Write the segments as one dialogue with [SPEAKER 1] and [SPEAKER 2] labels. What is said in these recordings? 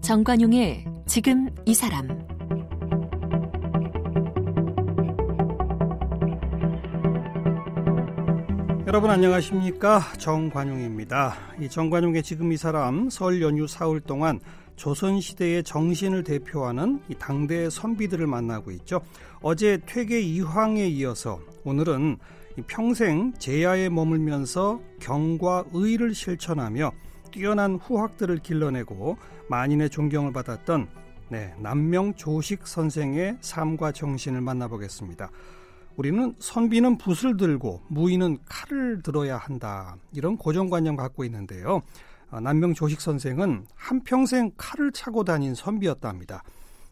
[SPEAKER 1] 정관용의 지금 이 사람
[SPEAKER 2] 여러분 안녕하십니까 정관용입니다. 이 정관용의 지금 이 사람 설 연휴 사흘 동안 조선 시대의 정신을 대표하는 이 당대의 선비들을 만나고 있죠. 어제 퇴계 이황에 이어서 오늘은 이 평생 제야에 머물면서 경과 의를 실천하며 뛰어난 후학들을 길러내고 만인의 존경을 받았던 네, 남명 조식 선생의 삶과 정신을 만나보겠습니다. 우리는 선비는 붓을 들고 무인은 칼을 들어야 한다 이런 고정관념 갖고 있는데요. 아, 남명 조식 선생은 한평생 칼을 차고 다닌 선비였답니다.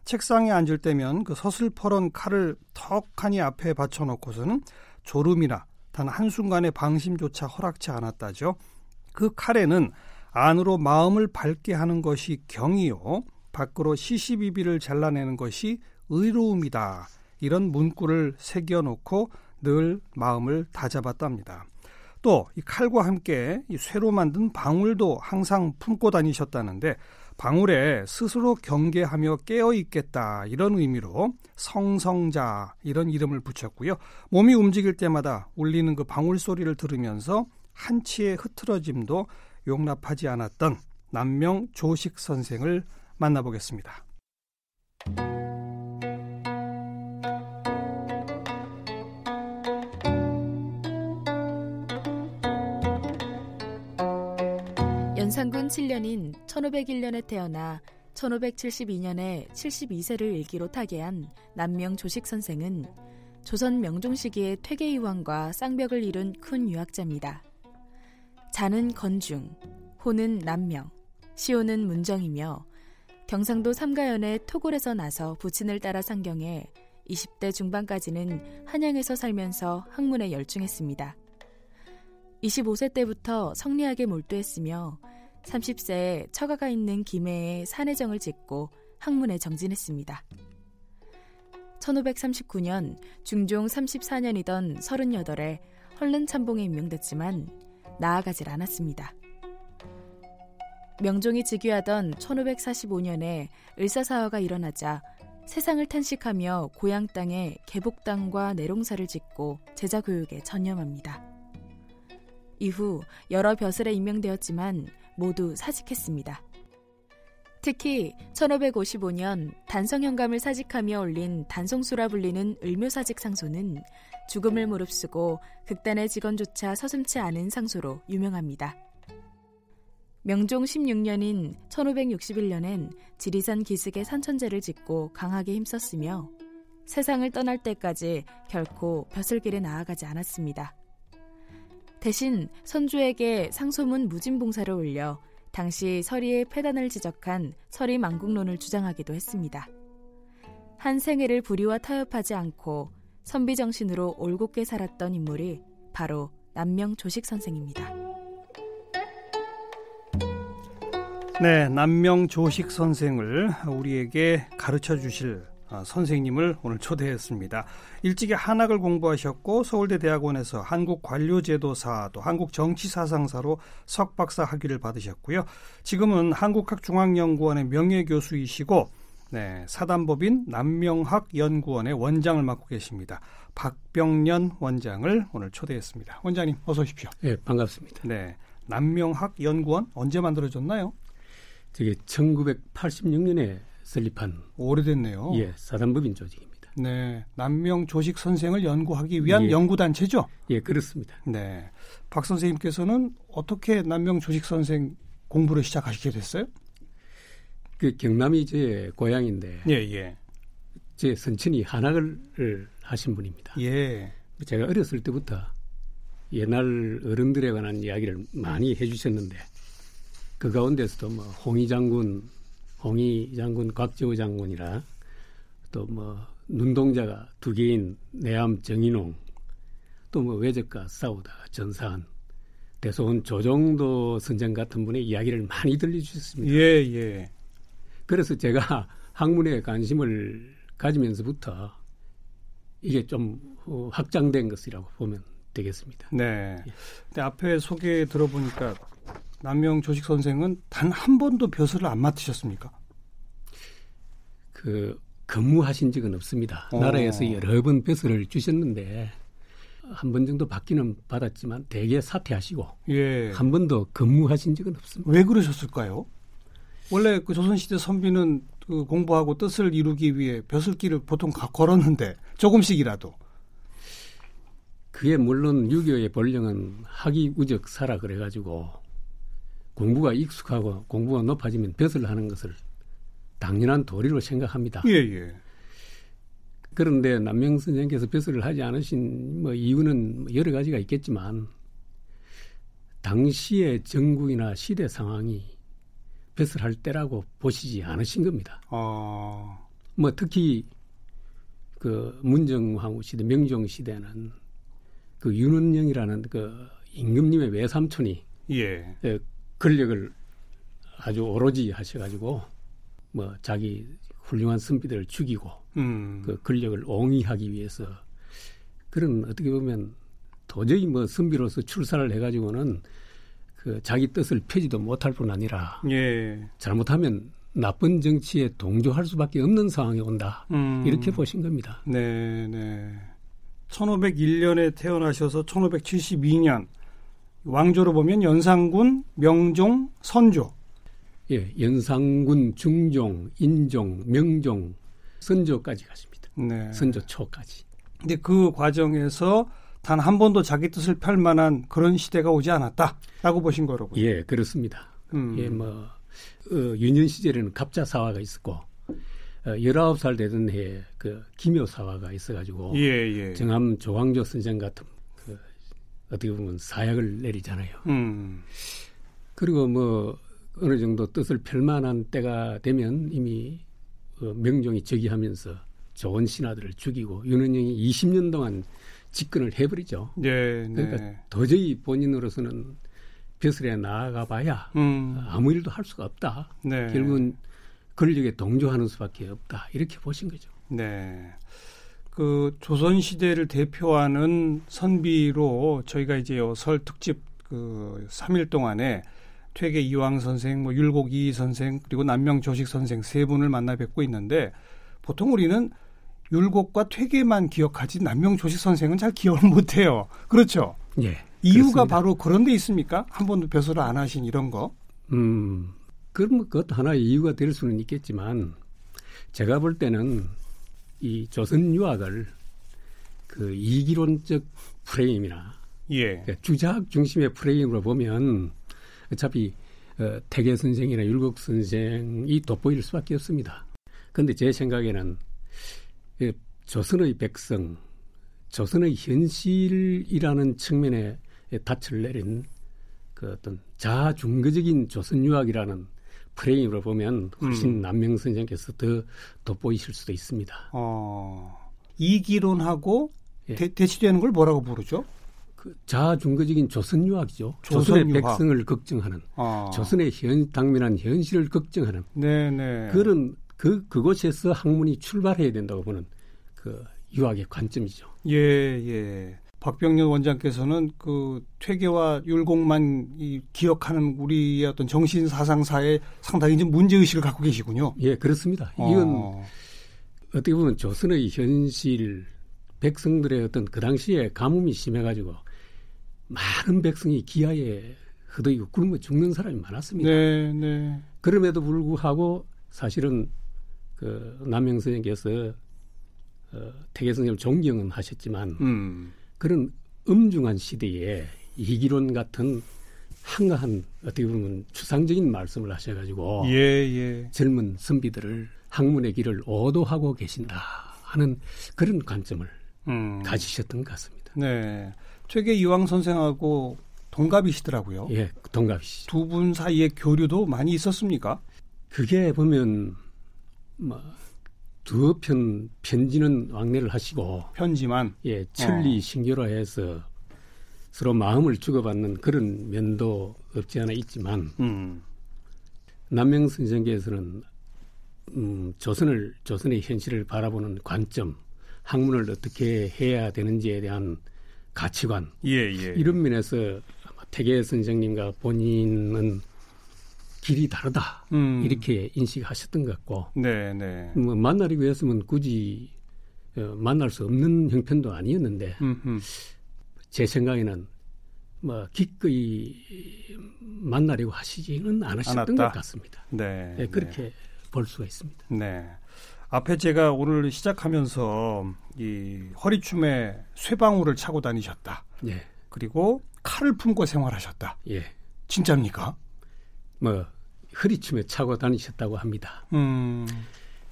[SPEAKER 2] 책상에 앉을 때면 그 서슬퍼런 칼을 턱하니 앞에 받쳐놓고서는 졸음이나 단 한순간의 방심조차 허락치 않았다죠. 그 칼에는 안으로 마음을 밝게 하는 것이 경이요 밖으로 시시비비를 잘라내는 것이 의로움이다. 이런 문구를 새겨놓고 늘 마음을 다잡았답니다. 또 이 칼과 함께 이 쇠로 만든 방울도 항상 품고 다니셨다는데 방울에 스스로 경계하며 깨어 있겠다 이런 의미로 성성자 이런 이름을 붙였고요. 몸이 움직일 때마다 울리는 그 방울 소리를 들으면서 한치의 흐트러짐도 용납하지 않았던 남명 조식 선생을 만나보겠습니다.
[SPEAKER 3] 연산군 7년인 1501년에 태어나 1572년에 72세를 일기로 타계한 남명 조식 선생은 조선 명종 시기의 퇴계이황과 쌍벽을 이룬 큰 유학자입니다. 자는 건중, 호는 남명, 시호는 문정이며 경상도 삼가연의 토굴에서 나서 부친을 따라 상경해 20대 중반까지는 한양에서 살면서 학문에 열중했습니다. 25세 때부터 성리학에 몰두했으며 30세에 처가가 있는 김해에 산해정을 짓고 학문에 정진했습니다. 1539년 중종 34년이던 38에 헐른참봉에 임명됐지만 나아가질 않았습니다. 명종이 즉위하던 1545년에 을사사화가 일어나자 세상을 탄식하며 고향 땅에 개복당과 내롱사를 짓고 제자 교육에 전념합니다. 이후 여러 벼슬에 임명되었지만 모두 사직했습니다. 특히 1555년 단성현감을 사직하며 올린 단성수라 불리는 을묘사직 상소는 죽음을 무릅쓰고 극단의 직원조차 서슴지 않은 상소로 유명합니다. 명종 16년인 1561년엔 지리산 기슭에 산천제를 짓고 강하게 힘썼으며 세상을 떠날 때까지 결코 벼슬길에 나아가지 않았습니다. 대신 선조에게 상소문 무진봉사를 올려 당시 서리의 패단을 지적한 서리 망국론을 주장하기도 했습니다. 한 생애를 불의와 타협하지 않고 선비 정신으로 올곧게 살았던 인물이 바로 남명 조식 선생입니다.
[SPEAKER 2] 네, 남명 조식 선생을 우리에게 가르쳐 주실 아, 선생님을 오늘 초대했습니다. 일찍이 한학을 공부하셨고 서울대 대학원에서 한국관료제도사 또 한국정치사상사로 석박사 학위를 받으셨고요. 지금은 한국학중앙연구원의 명예교수이시고 네, 사단법인 남명학연구원의 원장을 맡고 계십니다. 박병년 원장을 오늘 초대했습니다. 원장님 어서 오십시오.
[SPEAKER 4] 예, 네, 반갑습니다.
[SPEAKER 2] 네, 남명학연구원 언제 만들어졌나요?
[SPEAKER 4] 저게 1986년에 설립한
[SPEAKER 2] 오래됐네요.
[SPEAKER 4] 예, 사단법인 조직입니다.
[SPEAKER 2] 네, 남명 조식 선생을 연구하기 위한 예. 연구 단체죠.
[SPEAKER 4] 예, 그렇습니다.
[SPEAKER 2] 네, 박 선생님께서는 어떻게 남명 조식 선생 공부를 시작하시게 됐어요?
[SPEAKER 4] 그 경남이 제 고향인데,
[SPEAKER 2] 예, 예,
[SPEAKER 4] 제 선친이 한학을 하신 분입니다.
[SPEAKER 2] 예,
[SPEAKER 4] 제가 어렸을 때부터 옛날 어른들에 관한 이야기를 많이 해주셨는데 그 가운데서도 뭐 홍희 장군 홍희 장군, 곽지호 장군이라 또 뭐 눈동자가 두 개인 내암 정인홍 또 뭐 외적과 싸우다가 전사한 대소원 조정도 선생 같은 분의 이야기를 많이 들려주셨습니다.
[SPEAKER 2] 예, 예.
[SPEAKER 4] 그래서 제가 학문에 관심을 가지면서부터 이게 좀 어, 확장된 것이라고 보면 되겠습니다.
[SPEAKER 2] 네. 근데 앞에 소개 들어보니까 남명 조식 선생은 단 한 번도 벼슬을 안 맡으셨습니까?
[SPEAKER 4] 그 근무하신 적은 없습니다.
[SPEAKER 2] 어.
[SPEAKER 4] 나라에서 여러 번 벼슬을 주셨는데 한 번 정도 받기는 받았지만 대개 사퇴하시고
[SPEAKER 2] 예.
[SPEAKER 4] 한 번도 근무하신 적은 없습니다.
[SPEAKER 2] 왜 그러셨을까요? 원래 그 조선시대 선비는 그 공부하고 뜻을 이루기 위해 벼슬길을 보통 가- 걸었는데 조금씩이라도.
[SPEAKER 4] 그게 물론 유교의 본령은 학이 우적 사라 그래가지고 공부가 익숙하고 공부가 높아지면 벼슬 하는 것을 당연한 도리로 생각합니다.
[SPEAKER 2] 예, 예.
[SPEAKER 4] 그런데 남명 선생께서 벼슬을 하지 않으신 뭐 이유는 여러 가지가 있겠지만 당시의 정국이나 시대 상황이 벼슬할 때라고 보시지 않으신 겁니다.
[SPEAKER 2] 어,
[SPEAKER 4] 뭐 특히 그 문정황후 시대, 명종 시대는 그 윤원영이라는 그 임금님의 외삼촌이
[SPEAKER 2] 예.
[SPEAKER 4] 예, 권력을 아주 오로지 하셔가지고 뭐 자기 훌륭한 선비들을 죽이고
[SPEAKER 2] 음.
[SPEAKER 4] 그 권력을 옹위하기 위해서 그런 어떻게 보면 도저히 뭐 선비로서 출사를 해가지고는 그 자기 뜻을 펴지도 못할 뿐 아니라
[SPEAKER 2] 예.
[SPEAKER 4] 잘못하면 나쁜 정치에 동조할 수밖에 없는 상황이 온다
[SPEAKER 2] 음.
[SPEAKER 4] 이렇게 보신 겁니다.
[SPEAKER 2] 네, 네. 1501년에 태어나셔서 1572년 왕조로 보면 연산군, 명종, 선조.
[SPEAKER 4] 예, 연상군, 중종, 인종, 명종, 선조까지 가십니다.
[SPEAKER 2] 네.
[SPEAKER 4] 선조 초까지.
[SPEAKER 2] 근데 그 과정에서 단 한 번도 자기 뜻을 펼 만한 그런 시대가 오지 않았다라고 보신 거로군요.
[SPEAKER 4] 예, 그렇습니다.
[SPEAKER 2] 음.
[SPEAKER 4] 예, 뭐 어, 유년 시절에는 갑자사화가 있었고 어, 19살 되던 해에 그 김효사화가 있어가지고
[SPEAKER 2] 예, 예.
[SPEAKER 4] 정함 조광조 선생 같은 그 어떻게 보면 사약을 내리잖아요.
[SPEAKER 2] 음.
[SPEAKER 4] 그리고 뭐 어느 정도 뜻을 펼만한 때가 되면 이미 어, 명종이 즉위하면서 좋은 신하들을 죽이고 윤은영이 20년 동안 집권을 해버리죠.
[SPEAKER 2] 예, 네.
[SPEAKER 4] 그러니까 도저히 본인으로서는 벼슬에 나아가 봐야
[SPEAKER 2] 음.
[SPEAKER 4] 아무 일도 할 수가 없다.
[SPEAKER 2] 네.
[SPEAKER 4] 결국은 권력에 동조하는 수밖에 없다. 이렇게 보신 거죠.
[SPEAKER 2] 네. 그 조선 시대를 대표하는 선비로 저희가 이제 요설 특집 그 3일 동안에 퇴계 이황 선생, 뭐 율곡 이희 선생, 그리고 남명 조식 선생 세 분을 만나 뵙고 있는데 보통 우리는 율곡과 퇴계만 기억하지 남명 조식 선생은 잘 기억을 못 해요. 그렇죠.
[SPEAKER 4] 예.
[SPEAKER 2] 이유가
[SPEAKER 4] 그렇습니다.
[SPEAKER 2] 바로 그런 데 있습니까? 한 번도 벼슬을 안 하신 이런 거.
[SPEAKER 4] 음, 그럼 뭐 그것도 하나의 이유가 될 수는 있겠지만 제가 볼 때는 이 조선 유학을 그 이기론적 프레임이나
[SPEAKER 2] 예.
[SPEAKER 4] 그 주작 중심의 프레임으로 보면 어차피 어, 태계 선생이나 율곡 선생이 돋보일 수밖에 없습니다. 그런데 제 생각에는 예, 조선의 백성, 조선의 현실이라는 측면에 예, 닻을 내린 그 어떤 자중거적인 조선 유학이라는 프레임으로 보면 훨씬
[SPEAKER 2] 음.
[SPEAKER 4] 남명 선생께서 더 돋보이실 수도 있습니다.
[SPEAKER 2] 어. 이기론하고
[SPEAKER 4] 예.
[SPEAKER 2] 대, 대치되는 걸 뭐라고 부르죠?
[SPEAKER 4] 그 자중거적인 조선 유학이죠.
[SPEAKER 2] 조선
[SPEAKER 4] 조선의
[SPEAKER 2] 유학.
[SPEAKER 4] 백성을 걱정하는
[SPEAKER 2] 어.
[SPEAKER 4] 조선의 현, 당면한 현실을 걱정하는
[SPEAKER 2] 네네.
[SPEAKER 4] 그런 그 그곳에서 학문이 출발해야 된다고 보는 그 유학의 관점이죠.
[SPEAKER 2] 예, 예. 박병렬 원장께서는 그 퇴계와 율곡만 이 기억하는 우리의 어떤 정신 사상사에 상당히 이제 문제 의식을 갖고 계시군요.
[SPEAKER 4] 예, 그렇습니다. 이건
[SPEAKER 2] 어,
[SPEAKER 4] 어떻게 보면 조선의 현실 백성들의 어떤 그 당시에 가뭄이 심해가지고 많은 백성이 기아에 흐드이고 굶어 죽는 사람이 많았습니다.
[SPEAKER 2] 네, 네.
[SPEAKER 4] 그럼에도 불구하고 사실은 그 남영 선생께서 어, 태계 선생님 존경은 하셨지만
[SPEAKER 2] 음.
[SPEAKER 4] 그런 엄중한 시대에 이기론 같은 한가한 어떻게 보면 추상적인 말씀을 하셔가지고
[SPEAKER 2] 예, 예.
[SPEAKER 4] 젊은 선비들을 학문의 길을 오도하고 계신다 하는 그런 관점을
[SPEAKER 2] 음.
[SPEAKER 4] 가지셨던 것 같습니다.
[SPEAKER 2] 네. 퇴계 이황 선생하고 동갑이시더라고요.
[SPEAKER 4] 예, 동갑이시죠.
[SPEAKER 2] 두 분 사이에 교류도 많이 있었습니까?
[SPEAKER 4] 그게 보면 뭐 두어 편 편지는 왕래를 하시고
[SPEAKER 2] 편지만.
[SPEAKER 4] 예, 천리 신교로 해서 서로 마음을 주고받는 그런 면도 없지 않아 있지만
[SPEAKER 2] 음.
[SPEAKER 4] 남명 선생께서는 음, 조선을 조선의 현실을 바라보는 관점 학문을 어떻게 해야 되는지에 대한 가치관
[SPEAKER 5] 예,
[SPEAKER 2] 네.
[SPEAKER 5] 예.
[SPEAKER 4] 이런 면에서 아마 태계 선생님과 본인은 길이 다르다
[SPEAKER 2] 음.
[SPEAKER 4] 이렇게 인식하셨던 것 같고
[SPEAKER 2] 네, 네.
[SPEAKER 4] 뭐 만나려고 했으면 굳이 어, 만날 수 없는 형편도 아니었는데
[SPEAKER 2] 음흠.
[SPEAKER 4] 제 생각에는 뭐 기꺼이 만나려고 하시지는 않으셨던
[SPEAKER 2] 않았다.
[SPEAKER 4] 것 같습니다.
[SPEAKER 2] 네.
[SPEAKER 4] 예, 그렇게 볼 수가 있습니다.
[SPEAKER 2] 네. 앞에 제가 오늘 시작하면서 이 허리춤에 쇠방울을 차고 다니셨다.
[SPEAKER 4] 예,
[SPEAKER 2] 그리고 칼을 품고 생활하셨다.
[SPEAKER 4] 예,
[SPEAKER 2] 진짜입니까?
[SPEAKER 4] 뭐 허리춤에 차고 다니셨다고 합니다.
[SPEAKER 2] 음.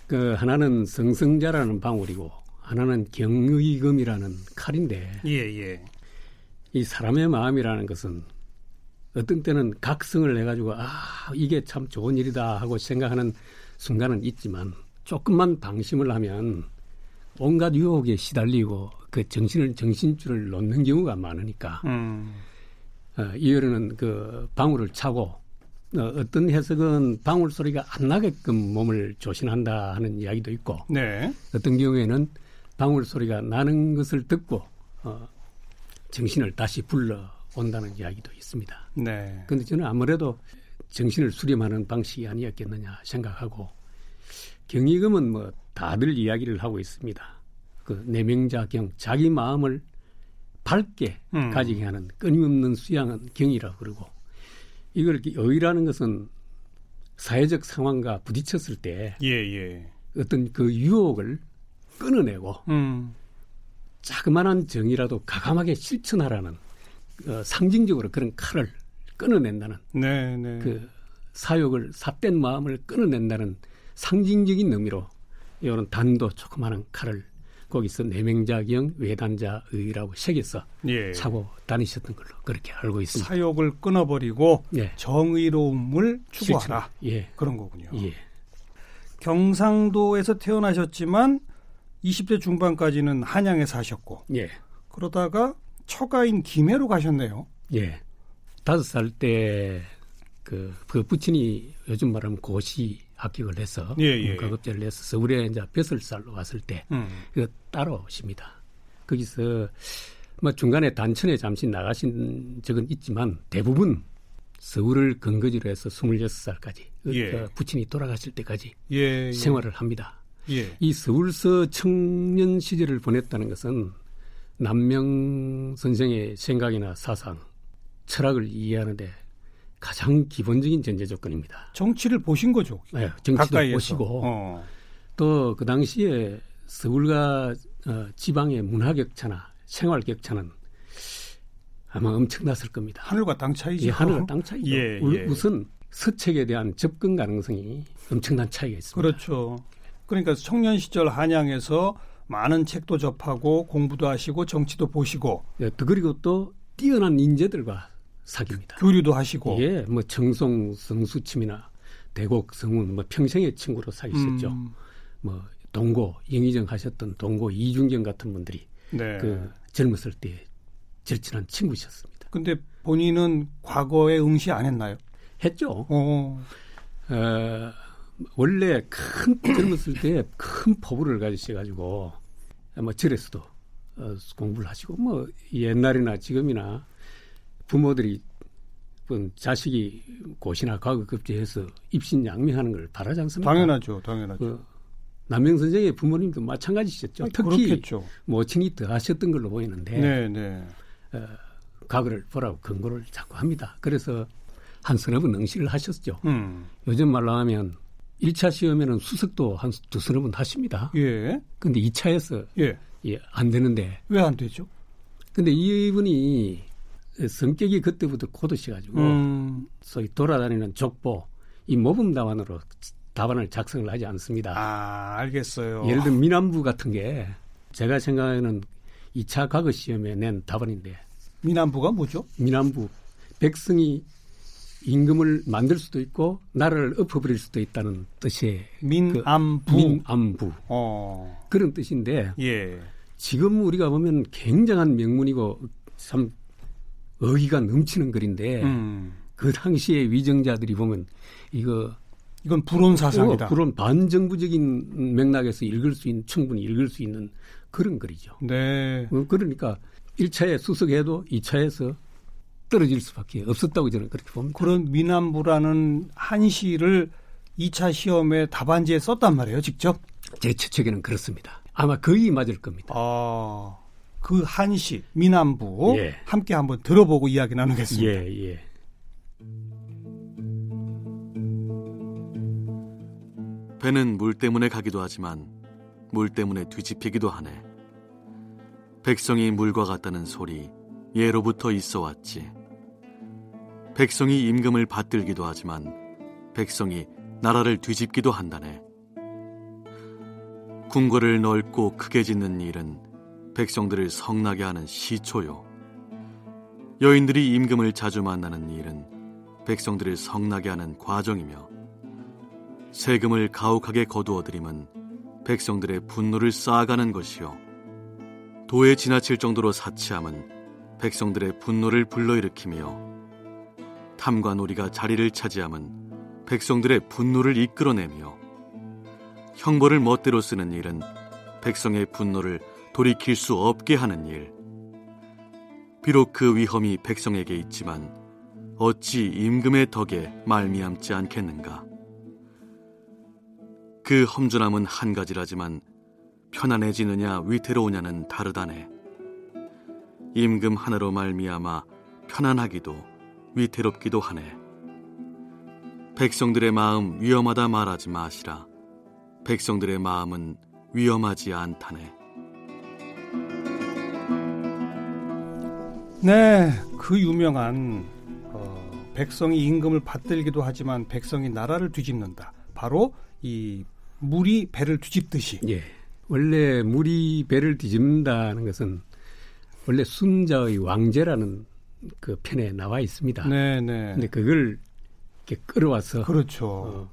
[SPEAKER 4] 그 하나는 성성자라는 방울이고 하나는 경의금이라는 칼인데
[SPEAKER 2] 예, 예.
[SPEAKER 4] 이 사람의 마음이라는 것은 어떤 때는 각성을 해가지고 아 이게 참 좋은 일이다 하고 생각하는 순간은 있지만 조금만 방심을 하면 온갖 유혹에 시달리고 그 정신을 정신줄을 놓는 경우가 많으니까
[SPEAKER 2] 음.
[SPEAKER 4] 어, 이열에는 그 방울을 차고 어, 어떤 해석은 방울 소리가 안 나게끔 몸을 조신한다 하는 이야기도 있고
[SPEAKER 2] 네.
[SPEAKER 4] 어떤 경우에는 방울 소리가 나는 것을 듣고 어, 정신을 다시 불러 온다는 이야기도 있습니다.
[SPEAKER 2] 네.
[SPEAKER 4] 그런데 저는 아무래도 정신을 수렴하는 방식이 아니었겠느냐 생각하고 경의금은 뭐 다들 이야기를 하고 있습니다. 그 내명자경 자기 마음을 밝게
[SPEAKER 2] 음.
[SPEAKER 4] 가지게 하는 끊임없는 수양은 경이라 그러고 이걸 이렇게 여의라는 것은 사회적 상황과 부딪혔을 때
[SPEAKER 2] 예, 예.
[SPEAKER 4] 어떤 그 유혹을 끊어내고
[SPEAKER 2] 음.
[SPEAKER 4] 자그마한 정의라도 가감하게 실천하라는 어, 상징적으로 그런 칼을 끊어낸다는
[SPEAKER 2] 네, 네.
[SPEAKER 4] 그 사욕을 삿된 마음을 끊어낸다는 상징적인 의미로 이런 단도 조그마한 칼을 거기서 내명자경 외단자의라고 새겨서
[SPEAKER 2] 예.
[SPEAKER 4] 차고 다니셨던 걸로 그렇게 알고 있습니다.
[SPEAKER 2] 사욕을 끊어버리고
[SPEAKER 4] 예.
[SPEAKER 2] 정의로움을 추구하라. 어.
[SPEAKER 4] 예.
[SPEAKER 2] 그런 거군요.
[SPEAKER 4] 예.
[SPEAKER 2] 경상도에서 태어나셨지만 20대 중반까지는 한양에 사셨고
[SPEAKER 4] 예.
[SPEAKER 2] 그러다가 처가인 김해로 가셨네요.
[SPEAKER 4] 예. 다섯 살 때 그 그 부친이 요즘 말하면 고시 합격을 해서
[SPEAKER 2] 예, 예,
[SPEAKER 4] 문과급제를 해서 서울에 이제 벼슬 살로 왔을 때
[SPEAKER 2] 음.
[SPEAKER 4] 그 따라오십니다. 거기서 뭐 중간에 단천에 잠시 나가신 적은 있지만 대부분 서울을 근거지로 해서 26살까지 그러니까
[SPEAKER 2] 예.
[SPEAKER 4] 부친이 돌아가실 때까지
[SPEAKER 2] 예, 예.
[SPEAKER 4] 생활을 합니다.
[SPEAKER 2] 예.
[SPEAKER 4] 이 서울서 청년 시절을 보냈다는 것은 남명 선생의 생각이나 사상, 철학을 이해하는데 가장 기본적인 전제 조건입니다.
[SPEAKER 2] 정치를 보신 거죠.
[SPEAKER 4] 예, 정치도
[SPEAKER 2] 가까이에서.
[SPEAKER 4] 보시고
[SPEAKER 2] 어.
[SPEAKER 4] 또 그 당시에 서울과 어, 지방의 문화 격차나 생활 격차는 아마 엄청났을 겁니다.
[SPEAKER 2] 하늘과 땅
[SPEAKER 4] 이
[SPEAKER 2] 차이죠.
[SPEAKER 4] 하늘과 땅 차이죠.
[SPEAKER 2] 예,
[SPEAKER 4] 우-
[SPEAKER 2] 예.
[SPEAKER 4] 우선 서책에 대한 접근 가능성이 엄청난 차이가 있습니다.
[SPEAKER 2] 그렇죠. 그러니까 청년 시절 한양에서 많은 책도 접하고 공부도 하시고 정치도 보시고
[SPEAKER 4] 예, 또 그리고 또 뛰어난 인재들과 사귑니다.
[SPEAKER 2] 교류도 하시고
[SPEAKER 4] 예, 뭐 정송 성수침이나 대곡 성운 뭐 평생의 친구로 사귀셨죠.
[SPEAKER 2] 음,
[SPEAKER 4] 뭐 동고 영의정 하셨던 동고 이중경 같은 분들이
[SPEAKER 2] 네.
[SPEAKER 4] 그 젊었을 때 절친한 친구셨습니다.
[SPEAKER 2] 근데 본인은 과거에 응시 안 했나요?
[SPEAKER 4] 했죠.
[SPEAKER 2] 어.
[SPEAKER 4] 어, 원래 큰 젊었을 때 큰 포부를 가지셔가지고 뭐 절에서도 어, 공부를 하시고 뭐 옛날이나 지금이나 부모들이 뭐 자식이 고시나 과거급제해서 입신양명하는 걸 바라지 않습니까?
[SPEAKER 2] 당연하죠. 당연하죠.
[SPEAKER 4] 그러니까 그 남영 선생의 부모님도 마찬가지셨죠.
[SPEAKER 2] 아니,
[SPEAKER 4] 특히 예.
[SPEAKER 2] 그렇겠죠.
[SPEAKER 4] 모친이 더 하셨던 걸로 보이는데
[SPEAKER 2] 네, 네.
[SPEAKER 4] 과거를 보라고 근거를 자꾸 합니다. 그래서 한 서너 번 응시를 하셨죠.
[SPEAKER 2] 음.
[SPEAKER 4] 요즘 말로 하면 1차 시험에는 수석도 한 두 서너 번 하십니다.
[SPEAKER 2] 예.
[SPEAKER 4] 근데 2차에서
[SPEAKER 2] 예.
[SPEAKER 4] 안 되는데
[SPEAKER 2] 왜 안 되죠?
[SPEAKER 4] 근데 이분이 성격이 그때부터 고드셔가지고
[SPEAKER 2] 음.
[SPEAKER 4] 소위 돌아다니는 족보 이 모범 답안으로 답안을 작성을 하지 않습니다.
[SPEAKER 2] 아, 알겠어요.
[SPEAKER 4] 예를 들면 미남부 같은 게 제가 생각에는 2차 과거 시험에 낸 답안인데
[SPEAKER 2] 미남부가 뭐죠?
[SPEAKER 4] 미남부 백성이 임금을 만들 수도 있고 나라를 엎어버릴 수도 있다는 뜻의
[SPEAKER 2] 민암부.
[SPEAKER 4] 그 민안부
[SPEAKER 2] 어.
[SPEAKER 4] 그런 뜻인데
[SPEAKER 2] 예.
[SPEAKER 4] 지금 우리가 보면 굉장한 명문이고 참 어기가 넘치는 글인데
[SPEAKER 2] 음.
[SPEAKER 4] 그 당시에 위정자들이 보면 이거
[SPEAKER 2] 이건 불온 사상이다.
[SPEAKER 4] 어, 그런 반정부적인 맥락에서 읽을 수 있는 충분히 읽을 수 있는 그런 글이죠.
[SPEAKER 2] 네.
[SPEAKER 4] 어, 그러니까 1차에 수석해도 2차에서 떨어질 수밖에 없었다고 저는 그렇게 봅니다.
[SPEAKER 2] 그런 미남부라는 한시를 2차 시험에 답안지에 썼단 말이에요, 직접.
[SPEAKER 4] 제 추측에는 그렇습니다. 아마 거의 맞을 겁니다.
[SPEAKER 2] 아, 그 한시, 미남부
[SPEAKER 4] 예.
[SPEAKER 2] 함께 한번 들어보고 이야기 나누겠습니다.
[SPEAKER 4] 예, 예.
[SPEAKER 5] 배는 물 때문에 가기도 하지만 물 때문에 뒤집히기도 하네. 백성이 물과 같다는 소리 예로부터 있어 왔지. 백성이 임금을 받들기도 하지만 백성이 나라를 뒤집기도 한다네. 궁궐을 넓고 크게 짓는 일은 백성들을 성나게 하는 시초요. 여인들이 임금을 자주 만나는 일은 백성들을 성나게 하는 과정이며 세금을 가혹하게 거두어들임은 백성들의 분노를 쌓아가는 것이요. 도에 지나칠 정도로 사치함은 백성들의 분노를 불러일으키며 탐관오리가 자리를 차지함은 백성들의 분노를 이끌어내며 형벌을 멋대로 쓰는 일은 백성의 분노를 돌이킬 수 없게 하는 일. 비록 그 위험이 백성에게 있지만 어찌 임금의 덕에 말미암지 않겠는가. 그 험준함은 한 가지라지만 편안해지느냐 위태로우냐는 다르다네. 임금 하나로 말미암아 편안하기도 위태롭기도 하네. 백성들의 마음 위험하다 말하지 마시라. 백성들의 마음은 위험하지 않다네.
[SPEAKER 2] 네, 그 유명한 어, 백성이 임금을 받들기도 하지만 백성이 나라를 뒤집는다. 바로 이 물이 배를 뒤집듯이.
[SPEAKER 4] 예. 원래 물이 배를 뒤집는다는 것은 원래 순자의 왕제라는 그 편에 나와 있습니다.
[SPEAKER 2] 네, 네.
[SPEAKER 4] 근데 그걸 이렇게 끌어와서
[SPEAKER 2] 그렇죠.
[SPEAKER 4] 어,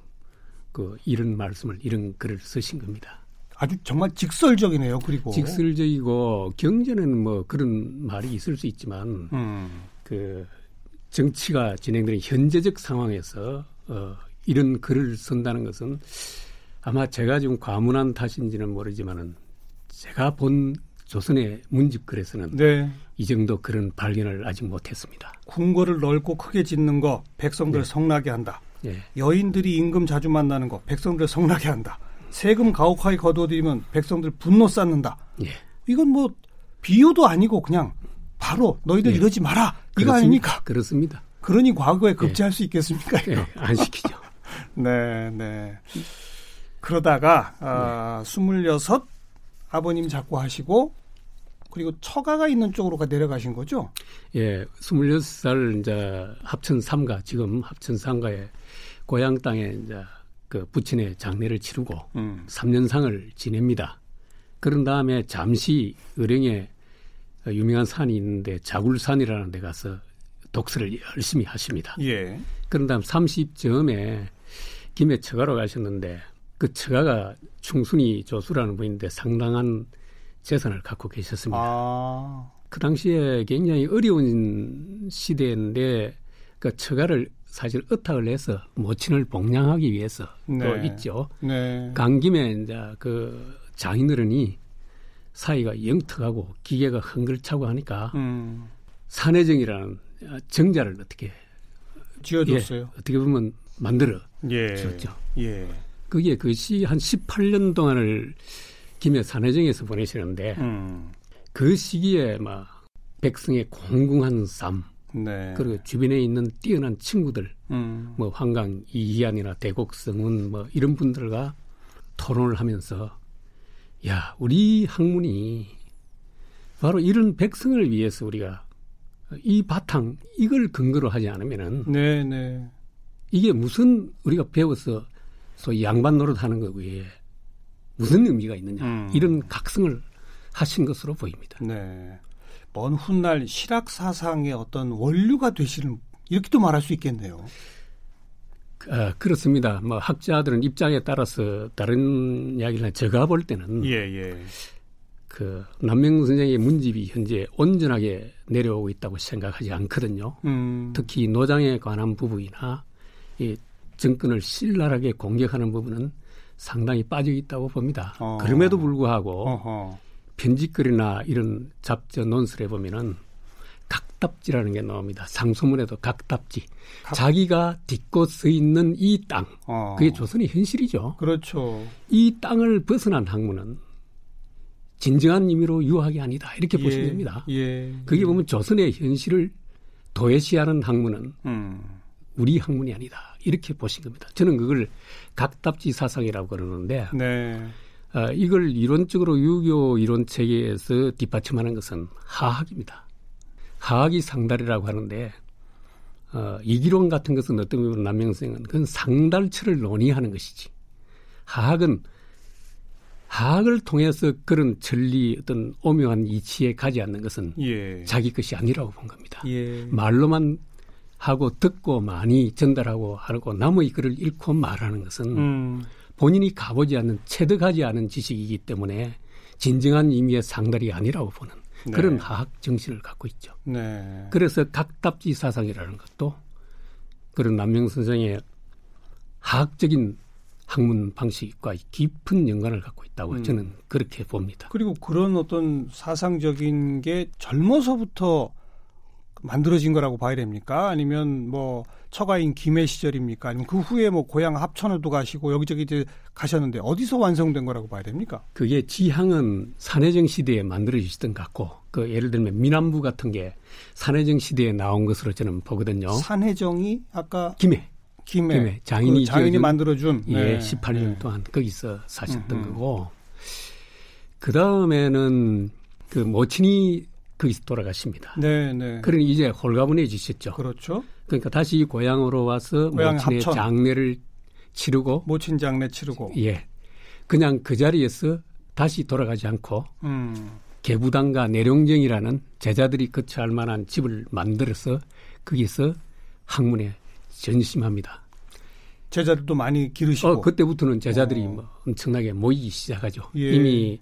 [SPEAKER 4] 그 이런 말씀을 이런 글을 쓰신 겁니다.
[SPEAKER 2] 아주 정말 직설적이네요. 그리고
[SPEAKER 4] 직설적이고 경제는 뭐 그런 말이 있을 수 있지만
[SPEAKER 2] 음.
[SPEAKER 4] 그 정치가 진행되는 현재적 상황에서 어, 이런 글을 쓴다는 것은 아마 제가 지금 과문한 탓인지는 모르지만은 제가 본 조선의 문집 글에서는
[SPEAKER 2] 네.
[SPEAKER 4] 이 정도 그런 발견을 아직 못했습니다.
[SPEAKER 2] 궁궐을 넓고 크게 짓는 거 백성들을 성나게 한다.
[SPEAKER 4] 예.
[SPEAKER 2] 여인들이 임금 자주 만나는 거 백성들을 성나게 한다. 세금 가혹하게 거두어들이면 백성들 분노 쌓는다.
[SPEAKER 4] 예.
[SPEAKER 2] 이건 뭐 비유도 아니고 그냥 바로 너희들
[SPEAKER 4] 예.
[SPEAKER 2] 이러지 마라 이거
[SPEAKER 4] 그렇습-
[SPEAKER 2] 아닙니까? 어.
[SPEAKER 4] 그렇습니다.
[SPEAKER 2] 그러니 과거에 급제할 수 있겠습니까?
[SPEAKER 4] 예, 안 시키죠.
[SPEAKER 2] 네, 네. 그러다가 아,
[SPEAKER 4] 네.
[SPEAKER 2] 26 아버님 자꾸 하시고 그리고 처가가 있는 쪽으로가 내려가신 거죠?
[SPEAKER 4] 예, 26살 이제 합천 삼가 지금 합천 삼가에 고향 땅에 이제 그 부친의 장례를 치르고
[SPEAKER 2] 음.
[SPEAKER 4] 3년상을 지냅니다. 그런 다음에 잠시 의령에 유명한 산이 있는데 자굴산이라는 데 가서 독서를 열심히 하십니다.
[SPEAKER 2] 예.
[SPEAKER 4] 그런 다음 30점에 김해 처가로 가셨는데 그 처가가 충순이 조수라는 분인데 상당한 재산을 갖고 계셨습니다.
[SPEAKER 2] 아.
[SPEAKER 4] 그 당시에 굉장히 어려운 시대인데 그 처가를 사실 어탁을 해서 모친을 복량하기 위해서 또
[SPEAKER 2] 네.
[SPEAKER 4] 있죠.
[SPEAKER 2] 네.
[SPEAKER 4] 간 김에 이제 그 장인어른이 사이가 영특하고 기계가 흥글차고 하니까
[SPEAKER 2] 음.
[SPEAKER 4] 산해정이라는 정자를 어떻게 예,
[SPEAKER 2] 지어줬어요.
[SPEAKER 4] 어떻게 보면 만들어
[SPEAKER 2] 예.
[SPEAKER 4] 지었죠.
[SPEAKER 2] 예.
[SPEAKER 4] 그게 그시 한 18년 동안을 김해 산해정에서 보내시는데
[SPEAKER 2] 음.
[SPEAKER 4] 그 시기에 막 백성의 공공한 쌈
[SPEAKER 2] 네.
[SPEAKER 4] 그리고 주변에 있는 뛰어난 친구들
[SPEAKER 2] 음.
[SPEAKER 4] 뭐 황강 이희안이나 대곡성은 뭐 이런 분들과 토론을 하면서 야 우리 학문이 바로 이런 백성을 위해서 우리가 이 바탕 이걸 근거로 하지 않으면은
[SPEAKER 2] 네, 네.
[SPEAKER 4] 이게 무슨 우리가 배워서 소위 양반 노릇하는 것 외에 무슨 의미가 있느냐
[SPEAKER 2] 음.
[SPEAKER 4] 이런 각성을 하신 것으로 보입니다.
[SPEAKER 2] 네. 먼 훗날 실학 사상의 어떤 원류가 되시는 이렇게도 말할 수 있겠네요.
[SPEAKER 4] 아, 그렇습니다. 뭐 학자들은 입장에 따라서 다른 이야기를 하 제가 볼 때는
[SPEAKER 2] 예, 예.
[SPEAKER 4] 그 남명 선생의 문집이 현재 온전하게 내려오고 있다고 생각하지 않거든요.
[SPEAKER 2] 음.
[SPEAKER 4] 특히 노장에 관한 부분이나 이 정권을 신랄하게 공격하는 부분은 상당히 빠져 있다고 봅니다.
[SPEAKER 2] 어.
[SPEAKER 4] 그럼에도 불구하고
[SPEAKER 2] 어허.
[SPEAKER 4] 편집글이나 이런 잡지 논술에 보면은 각답지라는 게 나옵니다. 상소문에도 각답지.
[SPEAKER 2] 각-
[SPEAKER 4] 자기가 딛고 서 있는 이 땅.
[SPEAKER 2] 어.
[SPEAKER 4] 그게 조선의 현실이죠.
[SPEAKER 2] 그렇죠.
[SPEAKER 4] 이 땅을 벗어난 학문은 진정한 의미로 유학이 아니다. 이렇게 보시면 됩니다.
[SPEAKER 2] 예.
[SPEAKER 4] 그게 보면 조선의 현실을 도외시하는 학문은
[SPEAKER 2] 음.
[SPEAKER 4] 우리 학문이 아니다. 이렇게 보신 겁니다. 저는 그걸 각답지 사상이라고 그러는데
[SPEAKER 2] 네.
[SPEAKER 4] 아, 이걸 이론적으로 유교 이론 체계에서 뒷받침하는 것은 하학입니다. 하학이 상달이라고 하는데 어, 이기론 같은 것은 어떤 부분 남명생은 그건 상달체를 논의하는 것이지. 하학은 하학을 통해서 그런真리 어떤 오묘한 이치에 가지 않는 것은
[SPEAKER 2] 예.
[SPEAKER 4] 자기 것이 아니라고 본 겁니다.
[SPEAKER 2] 예.
[SPEAKER 4] 말로만 하고 듣고 많이 전달하고 하고 남의 글을 읽고 말하는 것은
[SPEAKER 2] 음.
[SPEAKER 4] 본인이 가보지 않는 체득하지 않은 지식이기 때문에 진정한 의미의 상달이 아니라고 보는
[SPEAKER 2] 네.
[SPEAKER 4] 그런 하학 정신을 갖고 있죠.
[SPEAKER 2] 네.
[SPEAKER 4] 그래서 각답지 사상이라는 것도 그런 남명 선생의 하학적인 학문 방식과 깊은 연관을 갖고 있다고
[SPEAKER 2] 음.
[SPEAKER 4] 저는 그렇게 봅니다.
[SPEAKER 2] 그리고 그런 어떤 사상적인 게 젊어서부터 만들어진 거라고 봐야 됩니까? 아니면 뭐 처가인 김해 시절입니까? 아니면 그 후에 뭐 고향 합천에도 가시고 여기저기 이제 가셨는데 어디서 완성된 거라고 봐야 됩니까?
[SPEAKER 4] 그게 지향은 산해정 시대에 만들어지던 것 같고 그 예를 들면 미남부 같은 게 산해정 시대에 나온 것으로 저는 보거든요.
[SPEAKER 2] 산해정이 아까
[SPEAKER 4] 김해
[SPEAKER 2] 김해,
[SPEAKER 4] 김해 장인이
[SPEAKER 2] 그 장인이
[SPEAKER 4] 지어준
[SPEAKER 2] 만들어준
[SPEAKER 4] 예,
[SPEAKER 2] 네.
[SPEAKER 4] 18년
[SPEAKER 2] 네.
[SPEAKER 4] 동안 거기서 사셨던
[SPEAKER 2] 음흠.
[SPEAKER 4] 거고 그 다음에는 그 모친이 거기서 돌아가십니다.
[SPEAKER 2] 네, 네. 그,
[SPEAKER 4] 그러니 이제 홀가분해지셨죠.
[SPEAKER 2] 렇죠
[SPEAKER 4] 그러니까 다시 고향으로 와서
[SPEAKER 2] 고향
[SPEAKER 4] 모친의
[SPEAKER 2] 합천.
[SPEAKER 4] 장례를 치르고
[SPEAKER 2] 모친 장례 치르고.
[SPEAKER 4] 예 그냥 그 자리에서 다시 돌아가지 않고
[SPEAKER 2] 음.
[SPEAKER 4] 개부당과 내룡정이라는 제자들이 거처할 만한 집을 만들어서 거기서 학문에 전심합니다.
[SPEAKER 2] 제자들도 많이 기르시고.
[SPEAKER 4] 어, 그때부터는 제자들이
[SPEAKER 2] 어.
[SPEAKER 4] 뭐 엄청나게 모이기 시작하죠.
[SPEAKER 2] 예.
[SPEAKER 4] 이미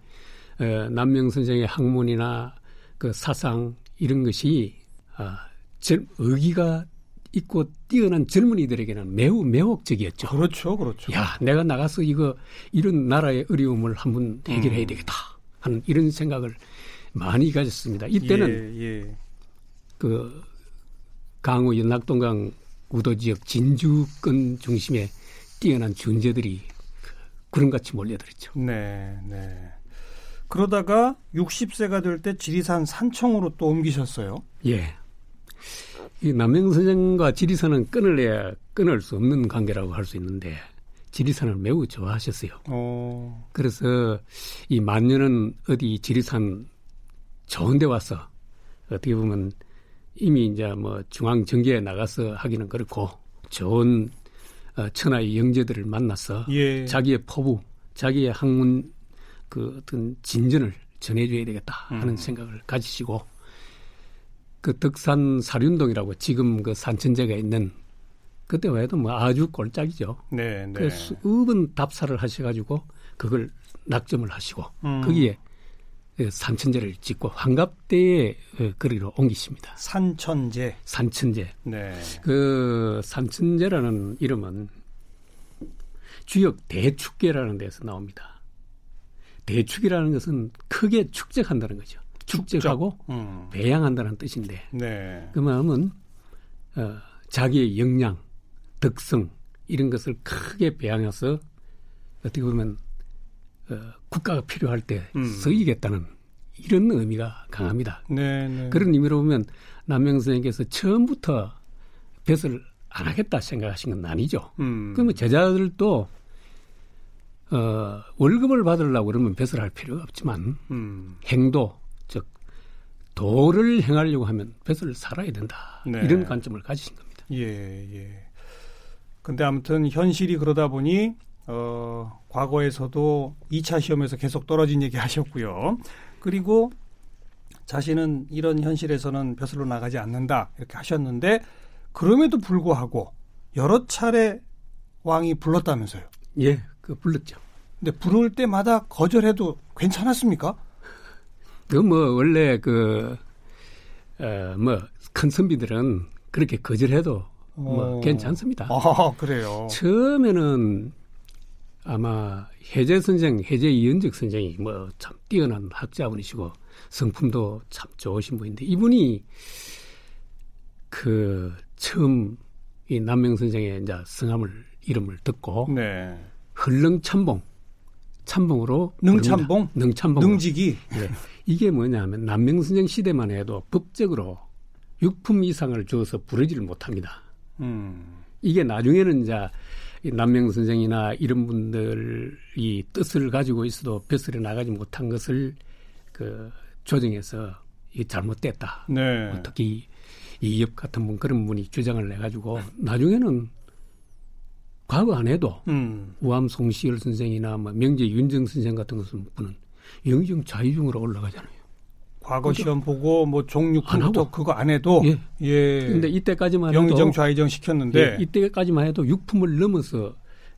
[SPEAKER 4] 어, 남명 선생의 학문이나 그 사상 이런 것이 아, 젊, 의기가 있고 뛰어난 젊은이들에게는 매우 매혹적이었죠.
[SPEAKER 2] 렇죠 그렇죠.
[SPEAKER 4] 야, 내가 나가서 이거 이런 나라의 어려움을 한번 해결해야
[SPEAKER 2] 음.
[SPEAKER 4] 되겠다 하는 이런 생각을 많이 가졌습니다. 이때는
[SPEAKER 2] 예, 예.
[SPEAKER 4] 그 강우 연락동강 우도 지역 진주권 중심에 뛰어난 준재들이 그 구름같이 몰려들었죠.
[SPEAKER 2] 네, 네. 그러다가 60세가 될 때 지리산 산청으로 또 옮기셨어요.
[SPEAKER 4] 예. 이 남영 선생과 지리산은 끊을래야 끊을 수 없는 관계라고 할 수 있는데 지리산을 매우 좋아하셨어요.
[SPEAKER 2] 어,
[SPEAKER 4] 그래서 이 만년은 어디 지리산 좋은데 와서 어떻게 보면 이미 이제 뭐 중앙 정계에 나가서 하기는 그렇고 좋은 어, 천하의 영재들을 만나서
[SPEAKER 2] 예.
[SPEAKER 4] 자기의 포부, 자기의 학문 그 어떤 진전을 전해줘야 되겠다 하는
[SPEAKER 2] 음.
[SPEAKER 4] 생각을 가지시고 그 덕산 사륜동이라고 지금 그 산천제가 있는 그때 외에도 뭐 아주 꼴짝이죠.
[SPEAKER 2] 네, 네.
[SPEAKER 4] 그 수은 답사를 하셔가지고 그걸 낙점을 하시고
[SPEAKER 2] 음.
[SPEAKER 4] 거기에 그 산천제를 짓고 환갑대에 어, 거리로 옮기십니다.
[SPEAKER 2] 산천제.
[SPEAKER 4] 산천제.
[SPEAKER 2] 네.
[SPEAKER 4] 그 산천제라는 이름은 주역 대축계라는 데서 나옵니다. 대축이라는 것은 크게 축적한다는 거죠. 축적하고
[SPEAKER 2] 음.
[SPEAKER 4] 배양한다는 뜻인데
[SPEAKER 2] 네.
[SPEAKER 4] 그 마음은 어, 자기의 역량, 덕성 이런 것을 크게 배양해서 어떻게 보면 어, 국가가 필요할 때
[SPEAKER 2] 음.
[SPEAKER 4] 쓰이겠다는 이런 의미가 강합니다.
[SPEAKER 2] 네, 네.
[SPEAKER 4] 그런 의미로 보면 남영 선생님께서 처음부터 뱃을 안 하겠다 생각하신 건 아니죠.
[SPEAKER 2] 음.
[SPEAKER 4] 그러면 제자들도 어, 월급을 받으려고 그러면 뱃을 할 필요가 없지만
[SPEAKER 2] 음.
[SPEAKER 4] 행도 즉 도를 행하려고 하면 뱃을 살아야 된다
[SPEAKER 2] 네.
[SPEAKER 4] 이런 관점을 가지신 겁니다.
[SPEAKER 2] 예, 예. 근데 아무튼 현실이 그러다 보니 어, 과거에서도 2차 시험에서 계속 떨어진 얘기 하셨고요. 그리고 자신은 이런 현실에서는 벼슬로 나가지 않는다 이렇게 하셨는데 그럼에도 불구하고 여러 차례 왕이 불렀다면서요.
[SPEAKER 4] 예, 그 불렀죠.
[SPEAKER 2] 근데 부를 때마다 거절해도 괜찮았습니까?
[SPEAKER 4] 그 뭐 원래 그 어 뭐 큰 선비들은 그렇게 거절해도 뭐
[SPEAKER 2] 어.
[SPEAKER 4] 괜찮습니다.
[SPEAKER 2] 아 그래요.
[SPEAKER 4] 처음에는 아마 해제 선생, 해제 이은적 선생이 뭐 참 뛰어난 학자분이시고 성품도 참 좋으신 분인데 이분이 그 처음 이 남명 선생의 이제 성함을 이름을 듣고
[SPEAKER 2] 네.
[SPEAKER 4] 흘릉참봉 참봉으로
[SPEAKER 2] 능참봉?
[SPEAKER 4] 능참봉
[SPEAKER 2] 능직이
[SPEAKER 4] 예. 이게 뭐냐면 남명 선생 시대만 해도 법적으로 육품 이상을 주어서 부르지를 못합니다.
[SPEAKER 2] 음.
[SPEAKER 4] 이게 나중에는 이제 이 남명 선생이나 이런 분들이 뜻을 가지고 있어도 벼슬에 나가지 못한 것을 그 조정해서 이 잘못됐다.
[SPEAKER 2] 네.
[SPEAKER 4] 뭐 특히 이엽 같은 분 그런 분이 주장을 해가지고 나중에는 과거 안 해도
[SPEAKER 2] 음.
[SPEAKER 4] 우암 송시열 선생이나 뭐 명제 윤정 선생 같은 것은 분은 영정 자유중으로 올라가잖아요.
[SPEAKER 2] 과거 시험 보고 뭐
[SPEAKER 4] 그렇죠. 안
[SPEAKER 2] 종육부터
[SPEAKER 4] 하고.
[SPEAKER 2] 그거 안 해도
[SPEAKER 4] 예.
[SPEAKER 2] 예.
[SPEAKER 4] 근데 이때까지만 해도
[SPEAKER 2] 영의정 좌의정 네. 시켰는데
[SPEAKER 4] 예, 이때까지만 해도 육품을 넘어서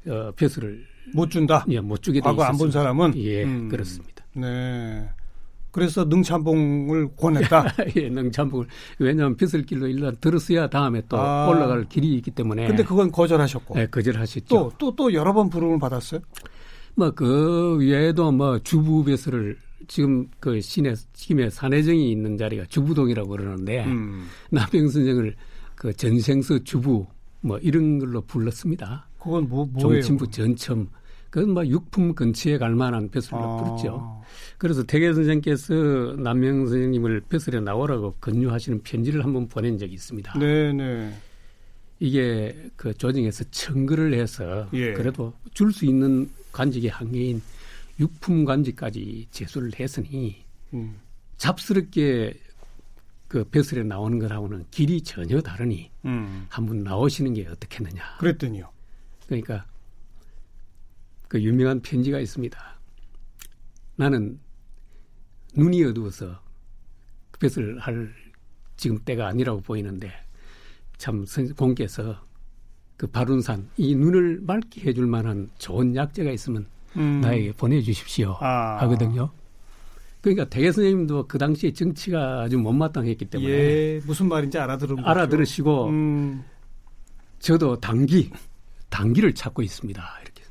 [SPEAKER 4] 어, 벼슬을
[SPEAKER 2] 못 준다.
[SPEAKER 4] 예, 못 주게 돼
[SPEAKER 2] 과거
[SPEAKER 4] 있었어요.
[SPEAKER 2] 안 본 사람은
[SPEAKER 4] 예,
[SPEAKER 2] 음.
[SPEAKER 4] 그렇습니다.
[SPEAKER 2] 네. 그래서 능참봉을 권했다.
[SPEAKER 4] 예, 능참봉을 왜냐하면 빗을길로 일단 들었어야 다음에 또
[SPEAKER 2] 아.
[SPEAKER 4] 올라갈 길이 있기 때문에.
[SPEAKER 2] 근데 그건 거절하셨고
[SPEAKER 4] 예, 거절하셨죠.
[SPEAKER 2] 또 또 또 여러 번 부름을 받았어요.
[SPEAKER 4] 뭐그 외에도 뭐 주부 벼슬을 지금 그 시내 김해 산해정이 있는 자리가 주부동이라고 그러는데
[SPEAKER 2] 음.
[SPEAKER 4] 남영 선생을 그 전생서 주부 뭐 이런 걸로 불렀습니다.
[SPEAKER 2] 그건 뭐 뭐예요?
[SPEAKER 4] 종친부 전첨. 그건 뭐 육품 근처에 갈 만한 벼슬로
[SPEAKER 2] 아.
[SPEAKER 4] 부르죠. 그래서 태계 선생께서 남명 선생님을 벼슬에 나오라고 권유하시는 편지를 한번 보낸 적이 있습니다.
[SPEAKER 2] 네네.
[SPEAKER 4] 이게 그 조정에서 청구를 해서
[SPEAKER 2] 예.
[SPEAKER 4] 그래도 줄 수 있는 관직의 한계인 육품 관직까지 제수를 했으니
[SPEAKER 2] 음.
[SPEAKER 4] 잡스럽게 그 벼슬에 나오는 것하고는 길이 전혀 다르니
[SPEAKER 2] 음.
[SPEAKER 4] 한번 나오시는 게 어떻겠느냐.
[SPEAKER 2] 그랬더니요.
[SPEAKER 4] 그러니까 그 유명한 편지가 있습니다. 나는 눈이 어두워서 급했을 할 지금 때가 아니라고 보이는데 참 선- 공께서 그 바룬산 이 눈을 맑게 해줄 만한 좋은 약재가 있으면
[SPEAKER 2] 음.
[SPEAKER 4] 나에게 보내주십시오
[SPEAKER 2] 아.
[SPEAKER 4] 하거든요. 그러니까 대개 선생님도 그 당시에 정치가 아주 못마땅했기 때문에
[SPEAKER 2] 예, 무슨 말인지 알아들은 거죠.
[SPEAKER 4] 알아들으시고
[SPEAKER 2] 음.
[SPEAKER 4] 저도 단기 단기를 찾고 있습니다. 이렇게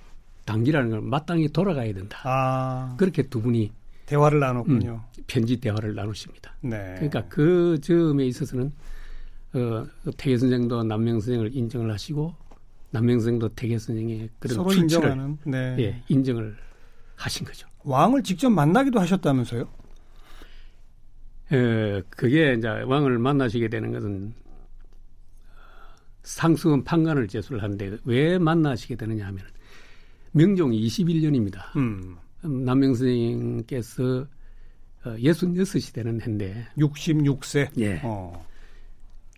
[SPEAKER 4] 단기라는 건 마땅히 돌아가야 된다.
[SPEAKER 2] 아,
[SPEAKER 4] 그렇게 두 분이
[SPEAKER 2] 대화를 나눴군요.
[SPEAKER 4] 음. 편지 대화를 나누십니다.
[SPEAKER 2] 네.
[SPEAKER 4] 그러니까 그 점에 있어서는 어, 태계 선생도 남명 선생을 인정을 하시고 남명 선생도 태계 선생의 그런
[SPEAKER 2] 서로
[SPEAKER 4] 출처를
[SPEAKER 2] 인정하는 네.
[SPEAKER 4] 예, 인정을 하신 거죠.
[SPEAKER 2] 왕을 직접 만나기도 하셨다면서요?
[SPEAKER 4] 에, 예, 그게 이제 왕을 만나시게 되는 것은 상승은 판관을 제수를 하는데 왜 만나시게 되느냐 하면 명종 21년입니다.
[SPEAKER 2] 음.
[SPEAKER 4] 남명 선생님께서 어, 66이 되는 해인데
[SPEAKER 2] 66세.
[SPEAKER 4] 예.
[SPEAKER 2] 어.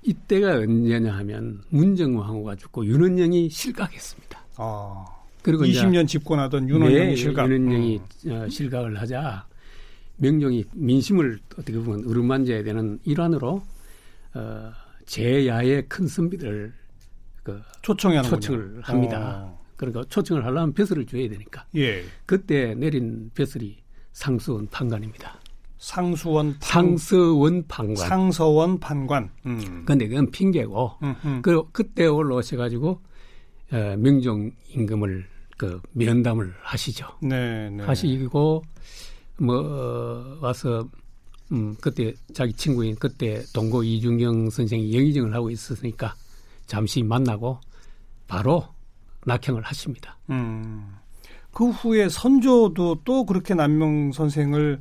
[SPEAKER 4] 이때가 언제냐 하면 문정왕후가 죽고 윤원영이 실각했습니다.
[SPEAKER 2] 아.
[SPEAKER 4] 그리고 이제
[SPEAKER 2] 20년 집권하던 윤원영이 음.
[SPEAKER 4] 네,
[SPEAKER 2] 실각.
[SPEAKER 4] 윤원영이 어, 실각을 하자 명종이 민심을 어떻게 보면 으름만져야 되는 일환으로 어, 제야의 큰 선비들 그
[SPEAKER 2] 초청하는군요. 어.
[SPEAKER 4] 초청을 합니다. 그러니까 초청을 하려면 벼슬을 줘야 되니까
[SPEAKER 2] 예.
[SPEAKER 4] 그때 내린 벼슬이 상수원 판관입니다.
[SPEAKER 2] 상수원 판,
[SPEAKER 4] 상서원 판관.
[SPEAKER 2] 상서원 판관. 음.
[SPEAKER 4] 그러니까 근데 그건 핑계고
[SPEAKER 2] 음, 음.
[SPEAKER 4] 그 그때 올라오셔가지고 어, 명종 임금을 그 면담을 하시죠.
[SPEAKER 2] 네, 네.
[SPEAKER 4] 하시고 뭐 어, 와서 음, 그때 자기 친구인 그때 동고 이중경 선생이 영의정을 하고 있었으니까 잠시 만나고 바로 낙형을 하십니다.
[SPEAKER 2] 음. 그 후에 선조도 또 그렇게 남명 선생을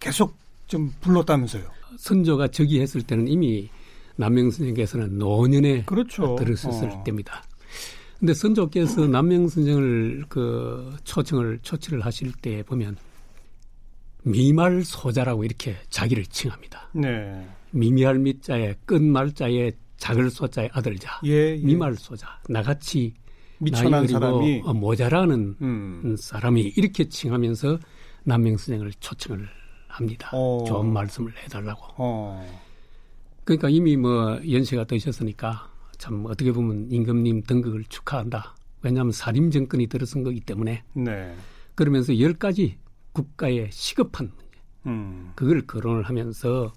[SPEAKER 2] 계속 좀 불렀다면서요.
[SPEAKER 4] 아, 선조가 즉위했을 때는 이미 남명 선생께서는 노년에
[SPEAKER 2] 그렇죠.
[SPEAKER 4] 들었을
[SPEAKER 2] 어.
[SPEAKER 4] 때입니다. 근데 선조께서 남명 선생을 그 초청을 초치를 하실 때 보면 미말 소자라고 이렇게 자기를 칭합니다.
[SPEAKER 2] 네.
[SPEAKER 4] 미미할 밑자에 끝말자에 작을 소자에 아들자
[SPEAKER 2] 예, 예.
[SPEAKER 4] 미말 소자 나같이
[SPEAKER 2] 미천한
[SPEAKER 4] 나이 어리고
[SPEAKER 2] 사람이
[SPEAKER 4] 어, 모자라는
[SPEAKER 2] 음.
[SPEAKER 4] 사람이 이렇게 칭하면서 남명 선생을 초청을 합니다.
[SPEAKER 2] 어.
[SPEAKER 4] 좋은 말씀을 해달라고.
[SPEAKER 2] 어.
[SPEAKER 4] 그러니까 이미 뭐 연세가 드셨으니까 참 어떻게 보면 임금님 등극을 축하한다. 왜냐하면 사림 정권이 들어선 거기 때문에
[SPEAKER 2] 네.
[SPEAKER 4] 그러면서 열 가지 국가의 시급한 문제
[SPEAKER 2] 음.
[SPEAKER 4] 그걸 거론을 하면서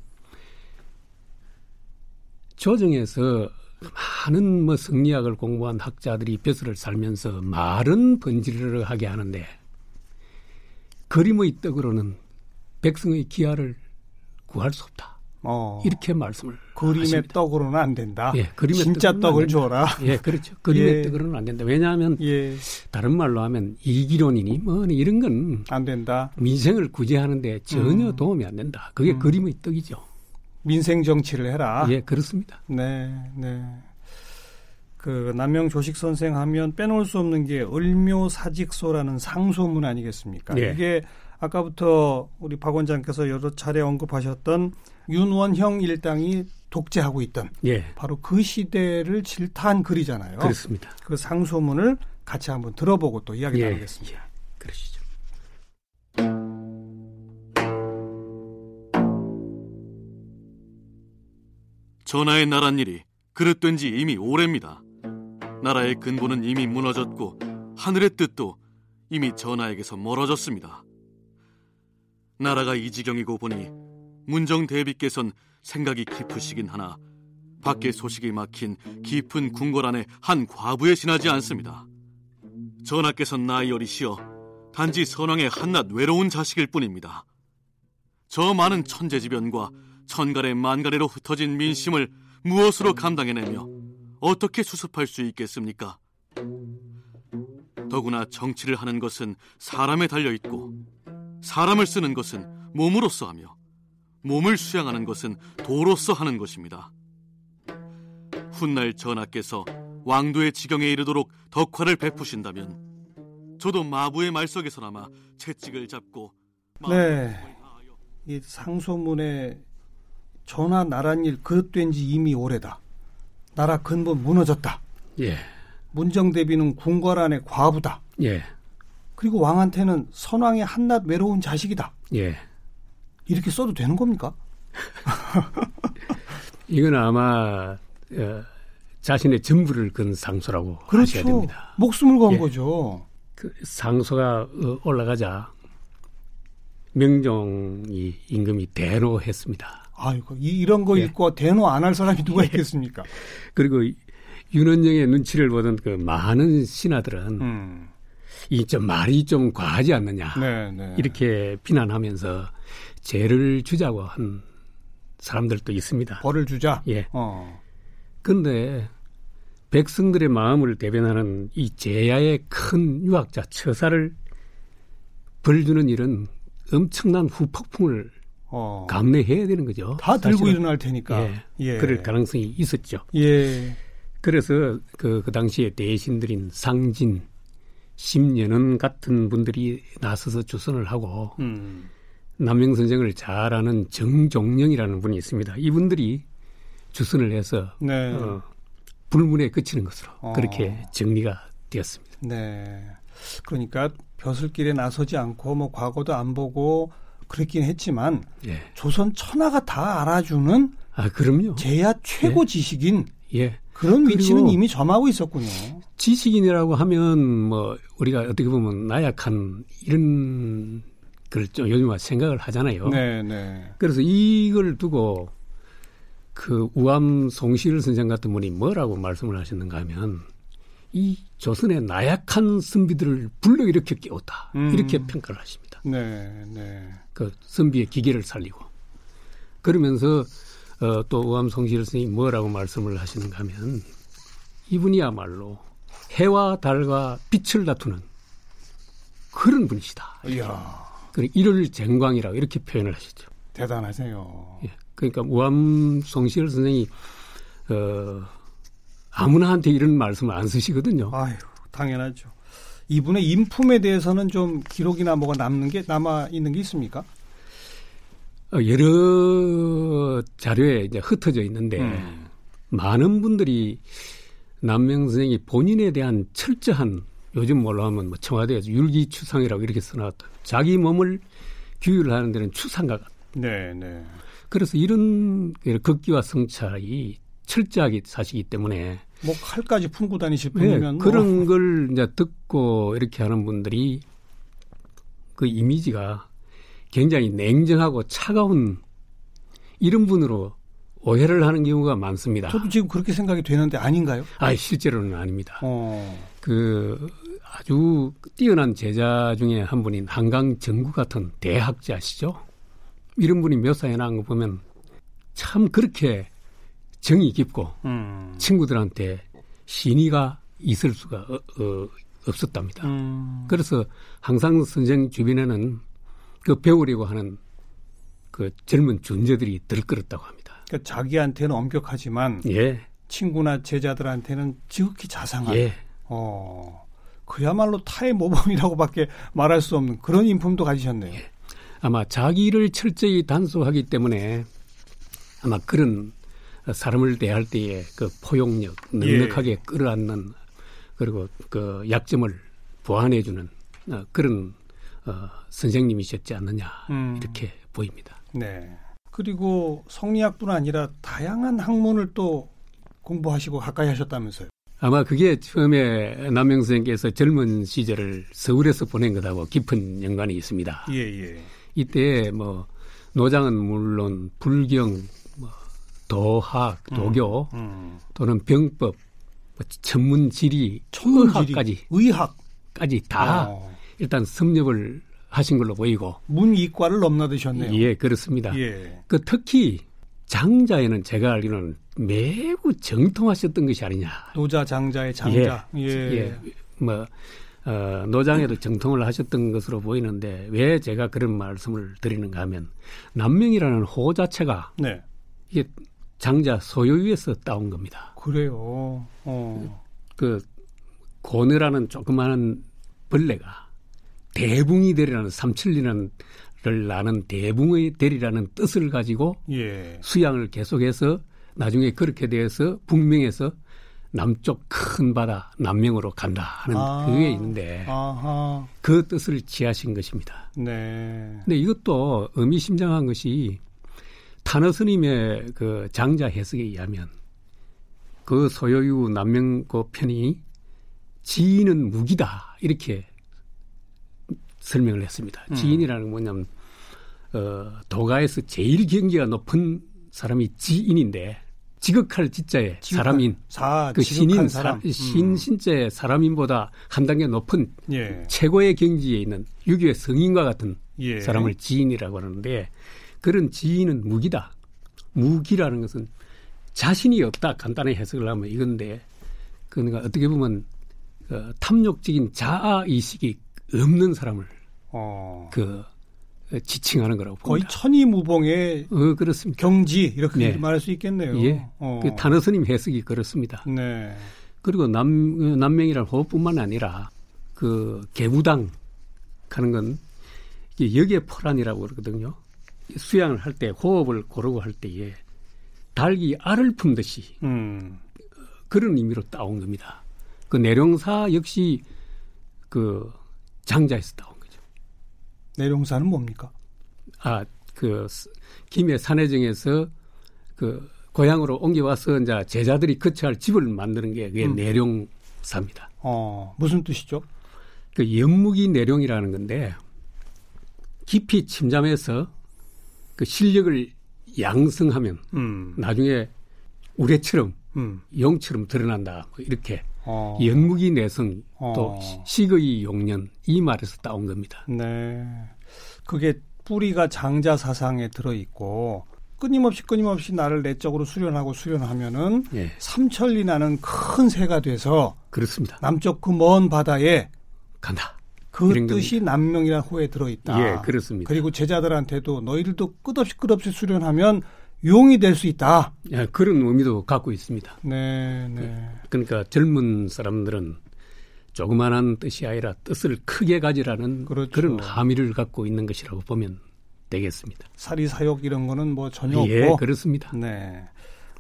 [SPEAKER 4] 조정에서 많은 뭐 성리학을 공부한 학자들이 벼슬을 살면서 말은 번지르르 하게 하는데 그림의 떡으로는 백성의 기아를 구할 수 없다.
[SPEAKER 2] 어,
[SPEAKER 4] 이렇게 말씀을
[SPEAKER 2] 그림의
[SPEAKER 4] 하십니다.
[SPEAKER 2] 떡으로는 안 된다.
[SPEAKER 4] 예, 그림의
[SPEAKER 2] 진짜
[SPEAKER 4] 떡으로는
[SPEAKER 2] 떡을
[SPEAKER 4] 안 된다.
[SPEAKER 2] 줘라.
[SPEAKER 4] 예, 그렇죠. 그림의
[SPEAKER 2] 예.
[SPEAKER 4] 떡으로는 안 된다. 왜냐하면
[SPEAKER 2] 예,
[SPEAKER 4] 다른 말로 하면 이기론이니 뭐니 이런 건
[SPEAKER 2] 안 된다.
[SPEAKER 4] 민생을 구제하는데
[SPEAKER 2] 음.
[SPEAKER 4] 전혀 도움이 안 된다. 그게 그림의 떡이죠.
[SPEAKER 2] 민생 정치를 해라.
[SPEAKER 4] 예, 그렇습니다.
[SPEAKER 2] 네, 네. 그 남명 조식 선생 하면 빼놓을 수 없는 게 을묘사직소라는 상소문 아니겠습니까?
[SPEAKER 4] 예.
[SPEAKER 2] 이게 아까부터 우리 박 원장께서 여러 차례 언급하셨던 윤원형 일당이 독재하고 있던
[SPEAKER 4] 예,
[SPEAKER 2] 바로 그 시대를 질타한 글이잖아요.
[SPEAKER 4] 그렇습니다.
[SPEAKER 2] 그 상소문을 같이 한번 들어보고 또 이야기
[SPEAKER 4] 예,
[SPEAKER 2] 나누겠습니다.
[SPEAKER 4] 그러시죠.
[SPEAKER 5] 전하의 나란 일이 그릇된 지 이미 오래입니다. 나라의 근본은 이미 무너졌고 하늘의 뜻도 이미 전하에게서 멀어졌습니다. 나라가 이 지경이고 보니 문정 대비께선 생각이 깊으시긴 하나 밖에 소식이 막힌 깊은 궁궐 안에 한 과부에 지나지 않습니다. 전하께선 나이 어리시어 단지 선왕의 한낱 외로운 자식일 뿐입니다. 저 많은 천재지변과 천가래 만가래로 흩어진 민심을 무엇으로 감당해내며 어떻게 수습할 수 있겠습니까? 더구나 정치를 하는 것은 사람에 달려 있고 사람을 쓰는 것은 몸으로서 하며 몸을 수양하는 것은 도로서 하는 것입니다. 훗날 전하께서 왕도의 지경에 이르도록 덕화를 베푸신다면 저도 마부의 말석에서나마 채찍을 잡고
[SPEAKER 4] 예.
[SPEAKER 2] 네. 이 상소문에 전하 나란 일 그릇된 지 이미 오래다. 나라 근본 무너졌다.
[SPEAKER 4] 예,
[SPEAKER 2] 문정대비는 궁궐 안의 과부다.
[SPEAKER 4] 예,
[SPEAKER 2] 그리고 왕한테는 선왕의 한낱 외로운 자식이다.
[SPEAKER 4] 예.
[SPEAKER 2] 이렇게 써도 되는 겁니까?
[SPEAKER 4] 이건 아마 어, 자신의 전부를 건 상소라고 하셔야 됩니다.
[SPEAKER 2] 그렇죠. 목숨을 건
[SPEAKER 4] 예.
[SPEAKER 2] 거죠.
[SPEAKER 4] 그 상소가 어, 올라가자 명종이 임금이 대노했습니다.
[SPEAKER 2] 아이고 이, 런거
[SPEAKER 4] 예.
[SPEAKER 2] 읽고 대노 안 할 사람이 누가 있겠습니까?
[SPEAKER 4] 그리고 윤원영의 눈치를 보던 그 많은 신하들은
[SPEAKER 2] 음.
[SPEAKER 4] 이 좀 말이 좀 과하지 않느냐
[SPEAKER 2] 네, 네.
[SPEAKER 4] 이렇게 비난하면서 죄를 주자고 한 사람들도 있습니다.
[SPEAKER 2] 벌을 주자.
[SPEAKER 4] 예.
[SPEAKER 2] 어.
[SPEAKER 4] 근데 백성들의 마음을 대변하는 이 제야의 큰 유학자 처사를 벌주는 일은 엄청난 후폭풍을
[SPEAKER 2] 어.
[SPEAKER 4] 감내해야 되는 거죠.
[SPEAKER 2] 다 들고
[SPEAKER 4] 사실은.
[SPEAKER 2] 일어날 테니까.
[SPEAKER 4] 예, 그럴 가능성이 있었죠.
[SPEAKER 2] 예.
[SPEAKER 4] 그래서 그, 그 당시에 대신들인 상진, 심년은 같은 분들이 나서서 주선을 하고
[SPEAKER 2] 음.
[SPEAKER 4] 남영 선생을 잘 아는 정종령이라는 분이 있습니다. 이분들이 주선을 해서
[SPEAKER 2] 네.
[SPEAKER 4] 어, 불문에 그치는 것으로
[SPEAKER 2] 어.
[SPEAKER 4] 그렇게 정리가 되었습니다.
[SPEAKER 2] 네. 그러니까 벼슬길에 나서지 않고 뭐 과거도 안 보고 그랬긴 했지만
[SPEAKER 4] 예.
[SPEAKER 2] 조선 천하가 다 알아주는
[SPEAKER 4] 아
[SPEAKER 2] 네.
[SPEAKER 4] 그럼요.
[SPEAKER 2] 제야 최고 지식인
[SPEAKER 4] 예.
[SPEAKER 2] 그런
[SPEAKER 4] 그리고-
[SPEAKER 2] 위치는 이미 점하고 있었군요.
[SPEAKER 4] 지식인이라고 하면 뭐 우리가 어떻게 보면 나약한 이런 걸 좀 요즘 와 생각을 하잖아요.
[SPEAKER 2] 네, 네.
[SPEAKER 4] 그래서 이걸 두고 그 우암 송실 선생 같은 분이 뭐라고 말씀을 하셨는가 하면 이 조선의 나약한 선비들을 불러일으켜 깨웠다
[SPEAKER 2] 음.
[SPEAKER 4] 이렇게 평가를 하십니다.
[SPEAKER 2] 네, 네.
[SPEAKER 4] 그 선비의 기계를 살리고 그러면서 어, 또 우암성실 스님이 뭐라고 말씀을 하시는가 하면 이분이야말로 해와 달과 빛을 다투는 그런 분이시다.
[SPEAKER 2] 이야,
[SPEAKER 4] 그리고 이를 쟁광이라고 이렇게 표현을 하시죠.
[SPEAKER 2] 대단하세요.
[SPEAKER 4] 예. 그러니까 우암성실 선생이 어, 아무나한테 이런 말씀을 안 쓰시거든요.
[SPEAKER 2] 아유, 당연하죠. 이분의 인품에 대해서는 좀 기록이나 뭐가 남는 게 남아 있는 게 있습니까?
[SPEAKER 4] 어, 여러 자료에 이제 흩어져 있는데
[SPEAKER 2] 음.
[SPEAKER 4] 많은 분들이 남명 선생이 본인에 대한 철저한 요즘 뭘로 하면 뭐 청와대에서 율기추상이라고 이렇게 써놨다. 자기 몸을 규율하는 데는 추상과 같다.
[SPEAKER 2] 네, 네.
[SPEAKER 4] 그래서 이런 그 극기와 성찰이 철저하게 사시기 때문에
[SPEAKER 2] 뭐 칼까지 품고 다니실
[SPEAKER 4] 네,
[SPEAKER 2] 분이면 뭐-
[SPEAKER 4] 그런 걸 이제 듣고 이렇게 하는 분들이 그 이미지가 굉장히 냉정하고 차가운 이런 분으로 오해를 하는 경우가 많습니다.
[SPEAKER 2] 저도 지금 그렇게 생각이 되는데 아닌가요?
[SPEAKER 4] 아 실제로는 아닙니다.
[SPEAKER 2] 어.
[SPEAKER 4] 그 아주 뛰어난 제자 중에 한 분인 한강 정구 같은 대학자시죠. 이런 분이 묘사해 놓은 거 보면 참 그렇게 정이 깊고
[SPEAKER 2] 음.
[SPEAKER 4] 친구들한테 신의가 있을 수가 어, 어, 없었답니다.
[SPEAKER 2] 음.
[SPEAKER 4] 그래서 항상 선생 주변에는 그 배우려고 하는 그 젊은 존재들이 들끓었다고 합니다.
[SPEAKER 2] 그러니까 자기한테는 엄격하지만
[SPEAKER 4] 예,
[SPEAKER 2] 친구나 제자들한테는 지극히 자상한.
[SPEAKER 4] 예,
[SPEAKER 2] 어. 그야말로 타의 모범이라고밖에 말할 수 없는 그런 인품도 가지셨네요.
[SPEAKER 4] 예. 아마 자기를 철저히 단속하기 때문에 아마 그런 사람을 대할 때의 그 포용력, 넉넉하게 끌어안는 그리고 그 약점을 보완해주는 어, 그런 어, 선생님이셨지 않느냐
[SPEAKER 2] 음.
[SPEAKER 4] 이렇게 보입니다.
[SPEAKER 2] 네. 그리고 성리학뿐 아니라 다양한 학문을 또 공부하시고 가까이 하셨다면서요.
[SPEAKER 4] 아마 그게 처음에 남영 선생께서 젊은 시절을 서울에서 보낸 것하고 깊은 연관이 있습니다.
[SPEAKER 2] 예, 예.
[SPEAKER 4] 이때 뭐 노장은 물론 불경, 뭐 도학, 도교
[SPEAKER 2] 음.
[SPEAKER 4] 또는 병법, 뭐 전문 지리,
[SPEAKER 2] 천문지리,
[SPEAKER 4] 의학까지 아.
[SPEAKER 2] 의학.
[SPEAKER 4] 까지 다
[SPEAKER 2] 어,
[SPEAKER 4] 일단 섭렵을 하신 걸로 보이고
[SPEAKER 2] 문이과를 넘나드셨네요.
[SPEAKER 4] 예 그렇습니다.
[SPEAKER 2] 예.
[SPEAKER 4] 그 특히 장자에는 제가 알기로는 매우 정통하셨던 것이 아니냐.
[SPEAKER 2] 노자 장자의 장자. 예.
[SPEAKER 4] 뭐 어, 노장에도 정통을 하셨던 것으로 보이는데 왜 제가 그런 말씀을 드리는가 하면 남명이라는 호호 자체가
[SPEAKER 2] 네.
[SPEAKER 4] 이게 장자 소유위에서 따온 겁니다.
[SPEAKER 2] 그래요. 어.
[SPEAKER 4] 그 고느라는 조그마한 벌레가 대붕이 되리라는 삼칠리는를 나는 대붕의 되리라는 뜻을 가지고
[SPEAKER 2] 예.
[SPEAKER 4] 수양을 계속해서 나중에 그렇게 돼서 북명에서 남쪽 큰 바다 남명으로 간다 하는
[SPEAKER 2] 아.
[SPEAKER 4] 그게 있는데
[SPEAKER 2] 아하.
[SPEAKER 4] 그 뜻을 지하신 것입니다.
[SPEAKER 2] 네.
[SPEAKER 4] 근데 이것도 의미심장한 것이 탄어 스님의 그 장자 해석에 의하면 그 소요유 남명고 그 편이 지인은 무기다 이렇게 설명을 했습니다.
[SPEAKER 2] 음.
[SPEAKER 4] 지인이라는 건 뭐냐면 어, 도가에서 제일 경기가 높은 사람이 지인인데 지극할 지자에
[SPEAKER 2] 지극한
[SPEAKER 4] 사람인
[SPEAKER 2] 사,
[SPEAKER 4] 그
[SPEAKER 2] 아, 지극한
[SPEAKER 4] 신인
[SPEAKER 2] 사람. 음.
[SPEAKER 4] 신 신자의 사람인보다 한 단계 높은
[SPEAKER 2] 예.
[SPEAKER 4] 최고의 경지에 있는 유교의 성인과 같은
[SPEAKER 2] 예.
[SPEAKER 4] 사람을 지인이라고 하는데 그런 지인은 무기다. 무기라는 것은 자신이 없다. 간단히 해석을 하면 이건데 그러니까 어떻게 보면 어, 탐욕적인 자아 의식이 없는 사람을
[SPEAKER 2] 어.
[SPEAKER 4] 그 어, 지칭하는 거라고
[SPEAKER 2] 거의
[SPEAKER 4] 봅니다.
[SPEAKER 2] 천이무봉의
[SPEAKER 4] 어, 그렇습니다.
[SPEAKER 2] 경지 이렇게
[SPEAKER 4] 네.
[SPEAKER 2] 말할 수 있겠네요.
[SPEAKER 4] 예.
[SPEAKER 2] 어.
[SPEAKER 4] 그 단어 스님 해석이 그렇습니다.
[SPEAKER 2] 네.
[SPEAKER 4] 그리고 남, 남명이라는 호흡뿐만 아니라 그 개구당 하는 건 이게 여기에 포란이라고 그러거든요. 수양을 할 때 호흡을 고르고 할 때에 달기 알을 품듯이
[SPEAKER 2] 음.
[SPEAKER 4] 그런 의미로 따온 겁니다. 그 내룡사 역시 그 장자에서 따온 거죠.
[SPEAKER 2] 내룡사는 뭡니까?
[SPEAKER 4] 아, 그 스- 김해 산해정에서 그 고향으로 옮겨와서 이제 제자들이 거처할 집을 만드는 게 그게
[SPEAKER 2] 음.
[SPEAKER 4] 내룡사입니다.
[SPEAKER 2] 어. 무슨 뜻이죠?
[SPEAKER 4] 그 연무기 내룡이라는 건데 깊이 침잠해서 그 실력을 양성하면
[SPEAKER 2] 음.
[SPEAKER 4] 나중에 우레처럼
[SPEAKER 2] 음.
[SPEAKER 4] 용처럼 드러난다 뭐 이렇게
[SPEAKER 2] 어.
[SPEAKER 4] 연무기 내성 또
[SPEAKER 2] 어.
[SPEAKER 4] 시- 식의 용년 이 말에서 따온 겁니다.
[SPEAKER 2] 네. 그게 뿌리가 장자 사상에 들어 있고 끊임없이 끊임없이 나를 내적으로 수련하고 수련하면은
[SPEAKER 4] 예,
[SPEAKER 2] 삼천리 나는 큰 새가 돼서
[SPEAKER 4] 그렇습니다.
[SPEAKER 2] 남쪽 그 먼 바다에
[SPEAKER 4] 간다.
[SPEAKER 2] 그
[SPEAKER 4] 이런
[SPEAKER 2] 뜻이 남명이라는 호에 들어 있다.
[SPEAKER 4] 예, 그렇습니다.
[SPEAKER 2] 그리고 제자들한테도 너희들도 끝없이 끝없이 수련하면 용이 될 수 있다.
[SPEAKER 4] 예, 그런 의미도 갖고 있습니다.
[SPEAKER 2] 네, 네.
[SPEAKER 4] 그러니까 젊은 사람들은 조그만한 뜻이 아니라 뜻을 크게 가지라는
[SPEAKER 2] 그렇죠.
[SPEAKER 4] 그런 함의를 갖고 있는 것이라고 보면 되겠습니다.
[SPEAKER 2] 사리 사욕 이런 거는 뭐 전혀
[SPEAKER 4] 예,
[SPEAKER 2] 없고.
[SPEAKER 4] 그렇습니다.
[SPEAKER 2] 네.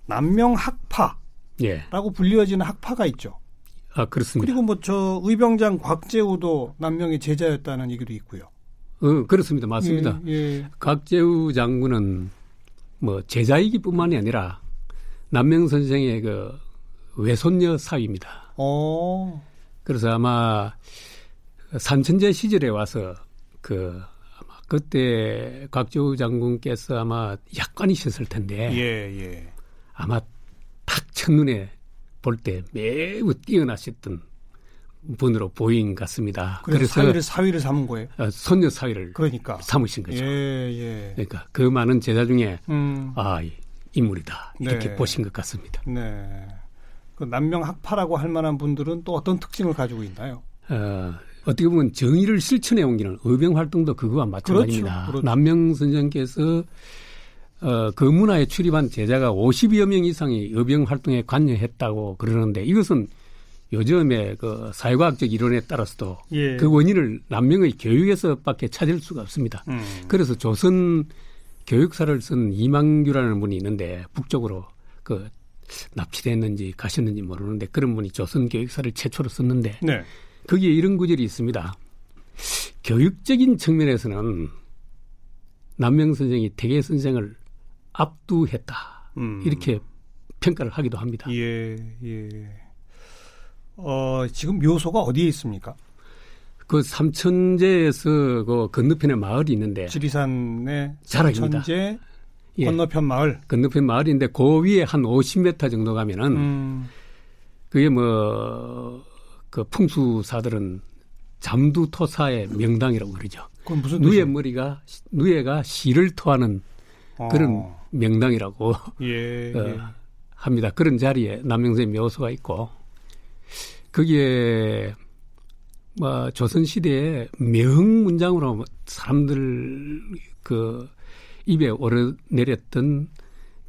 [SPEAKER 2] 남명 학파라고
[SPEAKER 4] 예,
[SPEAKER 2] 불리워지는 학파가 있죠.
[SPEAKER 4] 아 그렇습니다.
[SPEAKER 2] 그리고 뭐 저 의병장 곽재우도 남명의 제자였다는 얘기도 있고요.
[SPEAKER 4] 어, 그렇습니다. 맞습니다.
[SPEAKER 2] 예, 예.
[SPEAKER 4] 각재우 장군은 뭐 제자이기뿐만이 아니라 남명 선생의 그 외손녀 사위입니다.
[SPEAKER 2] 어,
[SPEAKER 4] 그래서 아마 산천제 시절에 와서 그 아마 그때 곽재우 장군께서 아마 약관이셨을 텐데
[SPEAKER 2] 예, 예.
[SPEAKER 4] 아마 탁 첫눈에 볼 때 매우 뛰어나셨던 분으로 보인 것 같습니다.
[SPEAKER 2] 그래서 사위를 사위를 삼은 거예요.
[SPEAKER 4] 어, 손녀 사위를
[SPEAKER 2] 그러니까.
[SPEAKER 4] 삼으신 거죠.
[SPEAKER 2] 예, 예.
[SPEAKER 4] 그러니까 그 많은 제자 중에
[SPEAKER 2] 음.
[SPEAKER 4] 아, 이 인물이다 이렇게
[SPEAKER 2] 네.
[SPEAKER 4] 보신 것 같습니다.
[SPEAKER 2] 네. 그 남명 학파라고 할 만한 분들은 또 어떤 특징을 가지고 있나요?
[SPEAKER 4] 어, 어떻게 보면 정의를 실천해 옮기는 의병 활동도 그거와 마찬가지입니다.
[SPEAKER 2] 그렇죠, 그렇죠.
[SPEAKER 4] 남명 선생께서 어, 그 문화에 출입한 제자가 50여 명 이상이 의병 활동에 관여했다고 그러는데 이것은 요즘의 그 사회과학적 이론에 따라서도
[SPEAKER 2] 예.
[SPEAKER 4] 그 원인을 남명의 교육에서밖에 찾을 수가 없습니다.
[SPEAKER 2] 음.
[SPEAKER 4] 그래서 조선 교육사를 쓴 이망규라는 분이 있는데 북쪽으로 그 납치됐는지 가셨는지 모르는데 그런 분이 조선 교육사를 최초로 썼는데
[SPEAKER 2] 네.
[SPEAKER 4] 거기에 이런 구절이 있습니다. 교육적인 측면에서는 남명 선생이 대개 선생을 압도했다
[SPEAKER 2] 음.
[SPEAKER 4] 이렇게 평가를 하기도 합니다.
[SPEAKER 2] 예, 예. 어, 지금 묘소가 어디에 있습니까?
[SPEAKER 4] 그 삼천제에서 그 건너편에 마을이 있는데
[SPEAKER 2] 지리산의
[SPEAKER 4] 네. 자락입니다.
[SPEAKER 2] 천재
[SPEAKER 4] 예,
[SPEAKER 2] 건너편 마을.
[SPEAKER 4] 건너편 마을인데 그 위에 한 50m 정도 가면은
[SPEAKER 2] 음.
[SPEAKER 4] 그게 뭐 그 풍수사들은 잠두토사의 명당이라고 그러죠.
[SPEAKER 2] 그건 무슨
[SPEAKER 4] 누의
[SPEAKER 2] 뜻이에요?
[SPEAKER 4] 머리가 누에가 시를 토하는 그런
[SPEAKER 2] 어,
[SPEAKER 4] 명당이라고
[SPEAKER 2] 예,
[SPEAKER 4] 어,
[SPEAKER 2] 예.
[SPEAKER 4] 합니다. 그런 자리에 남명생 묘소가 있고 거기에 뭐 조선 시대에 명 문장으로 사람들 그 입에 오르내렸던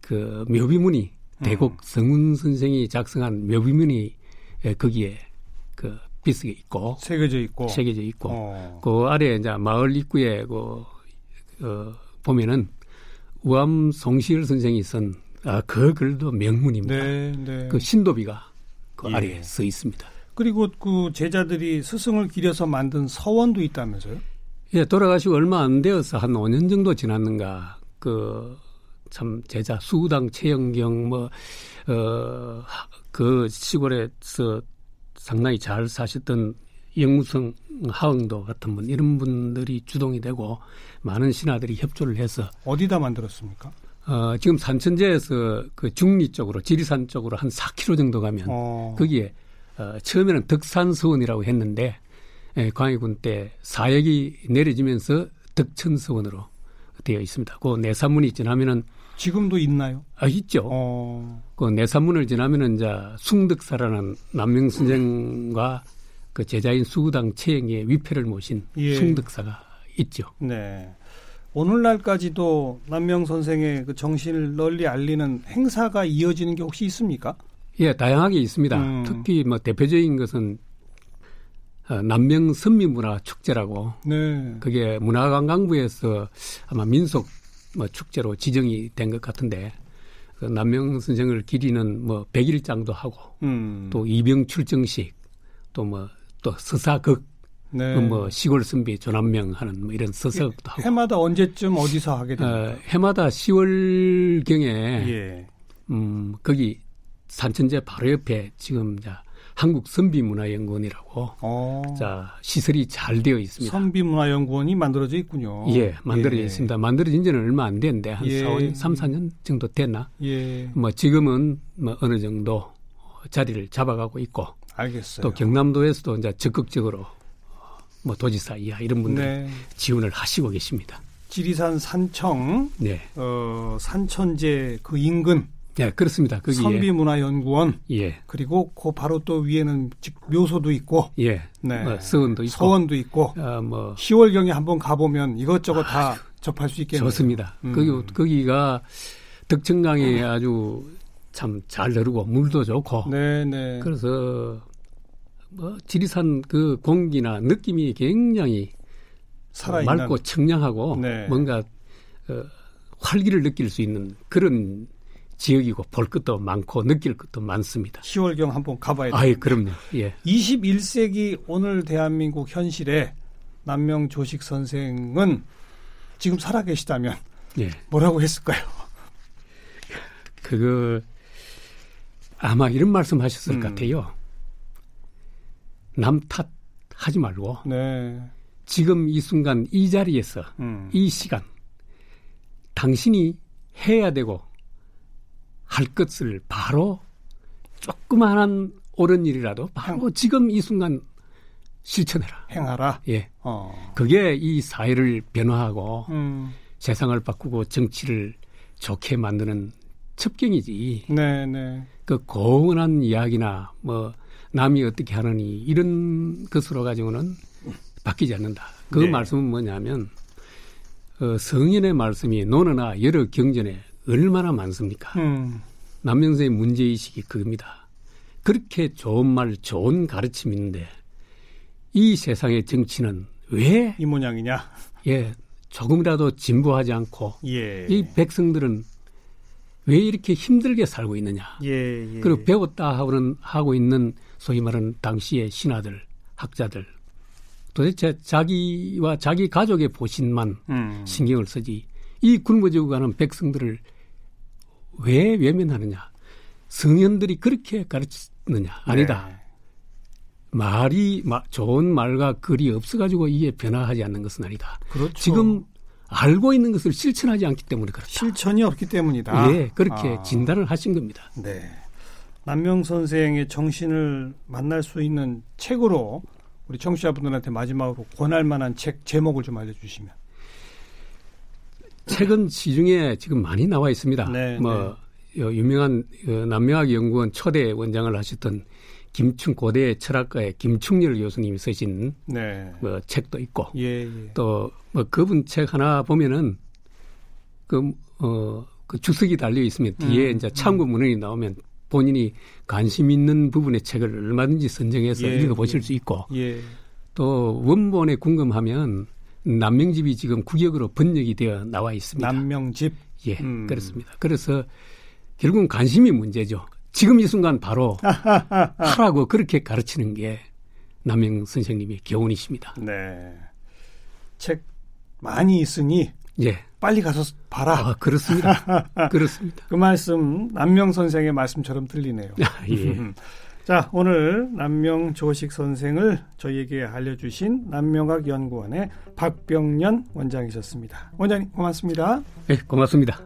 [SPEAKER 4] 그 묘비문이
[SPEAKER 2] 음.
[SPEAKER 4] 대곡 성운 선생이 작성한 묘비문이 예, 거기에 그 비스게 있고
[SPEAKER 2] 새겨져 있고.
[SPEAKER 4] 새겨져 있고
[SPEAKER 2] 어.
[SPEAKER 4] 그 아래 이제 마을 입구에 그 어, 보면은 우암 송시열 선생이 쓴 아, 그 글도 명문입니다.
[SPEAKER 2] 네, 네.
[SPEAKER 4] 그 신도비가 그
[SPEAKER 2] 예.
[SPEAKER 4] 아래에 써 있습니다.
[SPEAKER 2] 그리고 그 제자들이 스승을 기려서 만든 서원도 있다면서요?
[SPEAKER 4] 예, 돌아가시고 얼마 안 되어서 한 5년 정도 지났는가 그 참 제자 수당 최영경 뭐, 어, 뭐어그 시골에서 상당히 잘 사셨던 영무성 하흥도 같은 분 이런 분들이 주동이 되고 많은 신하들이 협조를 해서
[SPEAKER 2] 어디다 만들었습니까?
[SPEAKER 4] 어, 지금 산천제에서 그 중리 쪽으로 지리산 쪽으로 한 4km 정도 가면
[SPEAKER 2] 어.
[SPEAKER 4] 거기에 어, 처음에는 덕산서원이라고 했는데 예, 광해군 때 사역이 내려지면서 덕천서원으로 되어 있습니다. 그 내산문이 지나면은
[SPEAKER 2] 지금도 있나요?
[SPEAKER 4] 아 있죠.
[SPEAKER 2] 어.
[SPEAKER 4] 그 내산문을 지나면은 이제 숭덕사라는 남명선생과 그 제자인 수구당 최영의 위패를 모신
[SPEAKER 2] 예.
[SPEAKER 4] 숭덕사가 있죠.
[SPEAKER 2] 네. 오늘날까지도 남명 선생의 그 정신을 널리 알리는 행사가 이어지는 게 혹시 있습니까?
[SPEAKER 4] 예, 다양하게 있습니다.
[SPEAKER 2] 음.
[SPEAKER 4] 특히 뭐 대표적인 것은 어, 남명 선미문화 축제라고
[SPEAKER 2] 네.
[SPEAKER 4] 그게 문화관광부에서 아마 민속 뭐 축제로 지정이 된 것 같은데 그 남명 선생을 기리는 뭐 백일장도 하고
[SPEAKER 2] 음.
[SPEAKER 4] 또 이병 출정식 또 뭐 또 서사극
[SPEAKER 2] 네. 예,
[SPEAKER 4] 그뭐 시골 선비 조남명 하는 뭐 이런 서사극도 하고
[SPEAKER 2] 해마다 언제쯤 어디서 하게
[SPEAKER 4] 어, 네.
[SPEAKER 2] 됩니까?
[SPEAKER 4] 해마다 10월 경에
[SPEAKER 2] 예.
[SPEAKER 4] 음, 거기 산천제 바로 옆에 지금 자 한국 선비문화연구원이라고
[SPEAKER 2] 어.
[SPEAKER 4] 자 시설이 잘 되어 있습니다.
[SPEAKER 2] 선비문화연구원이 만들어져 있군요.
[SPEAKER 4] 예, 만들어져
[SPEAKER 2] 예.
[SPEAKER 4] 있습니다. 만들어진 지는 얼마 안 됐는데 한
[SPEAKER 2] 예.
[SPEAKER 4] 사 4, 3, 4년 정도 됐나?
[SPEAKER 2] 예.
[SPEAKER 4] 뭐 지금은 뭐 어느 정도 자리를 잡아가고 있고
[SPEAKER 2] 알겠어요.
[SPEAKER 4] 또 경남도에서도 이제 적극적으로 어, 뭐 도지사 이하 이런 분들
[SPEAKER 2] 네.
[SPEAKER 4] 지원을 하시고 계십니다.
[SPEAKER 2] 지리산 산청
[SPEAKER 4] 네,
[SPEAKER 2] 어, 산천제 그 인근
[SPEAKER 4] 네 그렇습니다. 거기에
[SPEAKER 2] 선비문화연구원
[SPEAKER 4] 예,
[SPEAKER 2] 그리고 그 바로 또 위에는 즉 묘소도 있고
[SPEAKER 4] 예,
[SPEAKER 2] 네.
[SPEAKER 4] 뭐 서원도 있고,
[SPEAKER 2] 서원도 있고
[SPEAKER 4] 어, 뭐
[SPEAKER 2] 10월경에 한번 가보면 이것저것 다 접할 수 있겠네요.
[SPEAKER 4] 아, 좋습니다.
[SPEAKER 2] 음.
[SPEAKER 4] 거기, 거기가 덕천강이 아주 참 잘 흐르고 물도 좋고
[SPEAKER 2] 네네.
[SPEAKER 4] 그래서 뭐 지리산 그 공기나 느낌이 굉장히
[SPEAKER 2] 살아있는.
[SPEAKER 4] 맑고 청량하고
[SPEAKER 2] 네.
[SPEAKER 4] 뭔가 어, 활기를 느낄 수 있는 그런 지역이고 볼 것도 많고 느낄 것도 많습니다.
[SPEAKER 2] 10월경 한번 가봐야 돼요.
[SPEAKER 4] 아예 그럼요. 예.
[SPEAKER 2] 21세기 오늘 대한민국 현실에 남명 조식 선생은 지금 살아계시다면
[SPEAKER 4] 예.
[SPEAKER 2] 뭐라고 했을까요?
[SPEAKER 4] 그거 아마 이런 말씀 하셨을
[SPEAKER 2] 음.
[SPEAKER 4] 것 같아요. 남 탓하지 말고
[SPEAKER 2] 네.
[SPEAKER 4] 지금 이 순간 이 자리에서
[SPEAKER 2] 음.
[SPEAKER 4] 이 시간 당신이 해야 되고 할 것을 바로 조그마한 옳은 일이라도 바로 지금 이 순간 실천해라.
[SPEAKER 2] 행하라.
[SPEAKER 4] 예.
[SPEAKER 2] 어.
[SPEAKER 4] 그게 이 사회를 변화하고
[SPEAKER 2] 음.
[SPEAKER 4] 세상을 바꾸고 정치를 좋게 만드는 첩경이지.
[SPEAKER 2] 네, 네.
[SPEAKER 4] 그 고운한 이야기나 뭐 남이 어떻게 하느니 이런 것으로 가지고는 바뀌지 않는다. 그
[SPEAKER 2] 네.
[SPEAKER 4] 말씀은 뭐냐면 어, 성인의 말씀이 논어나 여러 경전에 얼마나 많습니까?
[SPEAKER 2] 음.
[SPEAKER 4] 남명수의 문제의식이 그겁니다. 그렇게 좋은 말, 좋은 가르침이 있는데 이 세상의 정치는 왜
[SPEAKER 2] 이 모양이냐?
[SPEAKER 4] 예, 조금이라도 진보하지 않고
[SPEAKER 2] 예.
[SPEAKER 4] 이 백성들은 왜 이렇게 힘들게 살고 있느냐.
[SPEAKER 2] 예, 예.
[SPEAKER 4] 그리고 배웠다 하고는 하고 있는 소위 말하는 당시의 신하들, 학자들 도대체 자기와 자기 가족의 보신만
[SPEAKER 2] 음.
[SPEAKER 4] 신경을 쓰지 이 굶어지고 가는 백성들을 왜 외면하느냐? 성현들이 그렇게 가르치느냐? 아니다.
[SPEAKER 2] 네.
[SPEAKER 4] 말이 마- 좋은 말과 글이 없어가지고 이게 변화하지 않는 것은 아니다.
[SPEAKER 2] 그렇죠.
[SPEAKER 4] 지금 알고 있는 것을 실천하지 않기 때문에 그렇다.
[SPEAKER 2] 실천이 없기 때문이다.
[SPEAKER 4] 예, 그렇게
[SPEAKER 2] 아.
[SPEAKER 4] 진단을 하신 겁니다.
[SPEAKER 2] 네. 남명 선생의 정신을 만날 수 있는 책으로 우리 청취자분들한테 마지막으로 권할 만한 책 제목을 좀 알려주시면.
[SPEAKER 4] 책은 시중에 지금 많이 나와 있습니다.
[SPEAKER 2] 네,
[SPEAKER 4] 뭐 어, 유명한 어, 남명학 연구원 초대 원장을 하셨던 김충 고대 철학가의 김충렬 교수님이 쓰신
[SPEAKER 2] 네.
[SPEAKER 4] 뭐 책도 있고
[SPEAKER 2] 예, 예.
[SPEAKER 4] 또 뭐 그분 책 하나 보면은 그, 그어그 주석이 달려 있으면 뒤에
[SPEAKER 2] 음,
[SPEAKER 4] 이제 참고 문헌이 나오면 본인이 관심 있는 부분의 책을 얼마든지 선정해서
[SPEAKER 2] 예,
[SPEAKER 4] 읽어 보실
[SPEAKER 2] 예.
[SPEAKER 4] 수 있고
[SPEAKER 2] 예.
[SPEAKER 4] 또 원본에 궁금하면 남명집이 지금 국역으로 번역이 되어 나와 있습니다.
[SPEAKER 2] 남명집.
[SPEAKER 4] 예,
[SPEAKER 2] 음.
[SPEAKER 4] 그렇습니다. 그래서 결국은 관심이 문제죠. 지금 이 순간 바로 하라고 그렇게 가르치는 게 남영 선생님의 교훈이십니다.
[SPEAKER 2] 네. 책 많이 있으니
[SPEAKER 4] 예,
[SPEAKER 2] 빨리 가서 봐라.
[SPEAKER 4] 아 그렇습니다. 그렇습니다.
[SPEAKER 2] 그 말씀 남명 선생의 말씀처럼 들리네요.
[SPEAKER 4] 예.
[SPEAKER 2] 자, 오늘 남명 조식 선생을 저희에게 알려주신 남명학 연구원의 박병년 원장이셨습니다. 원장님 고맙습니다.
[SPEAKER 4] 예, 고맙습니다.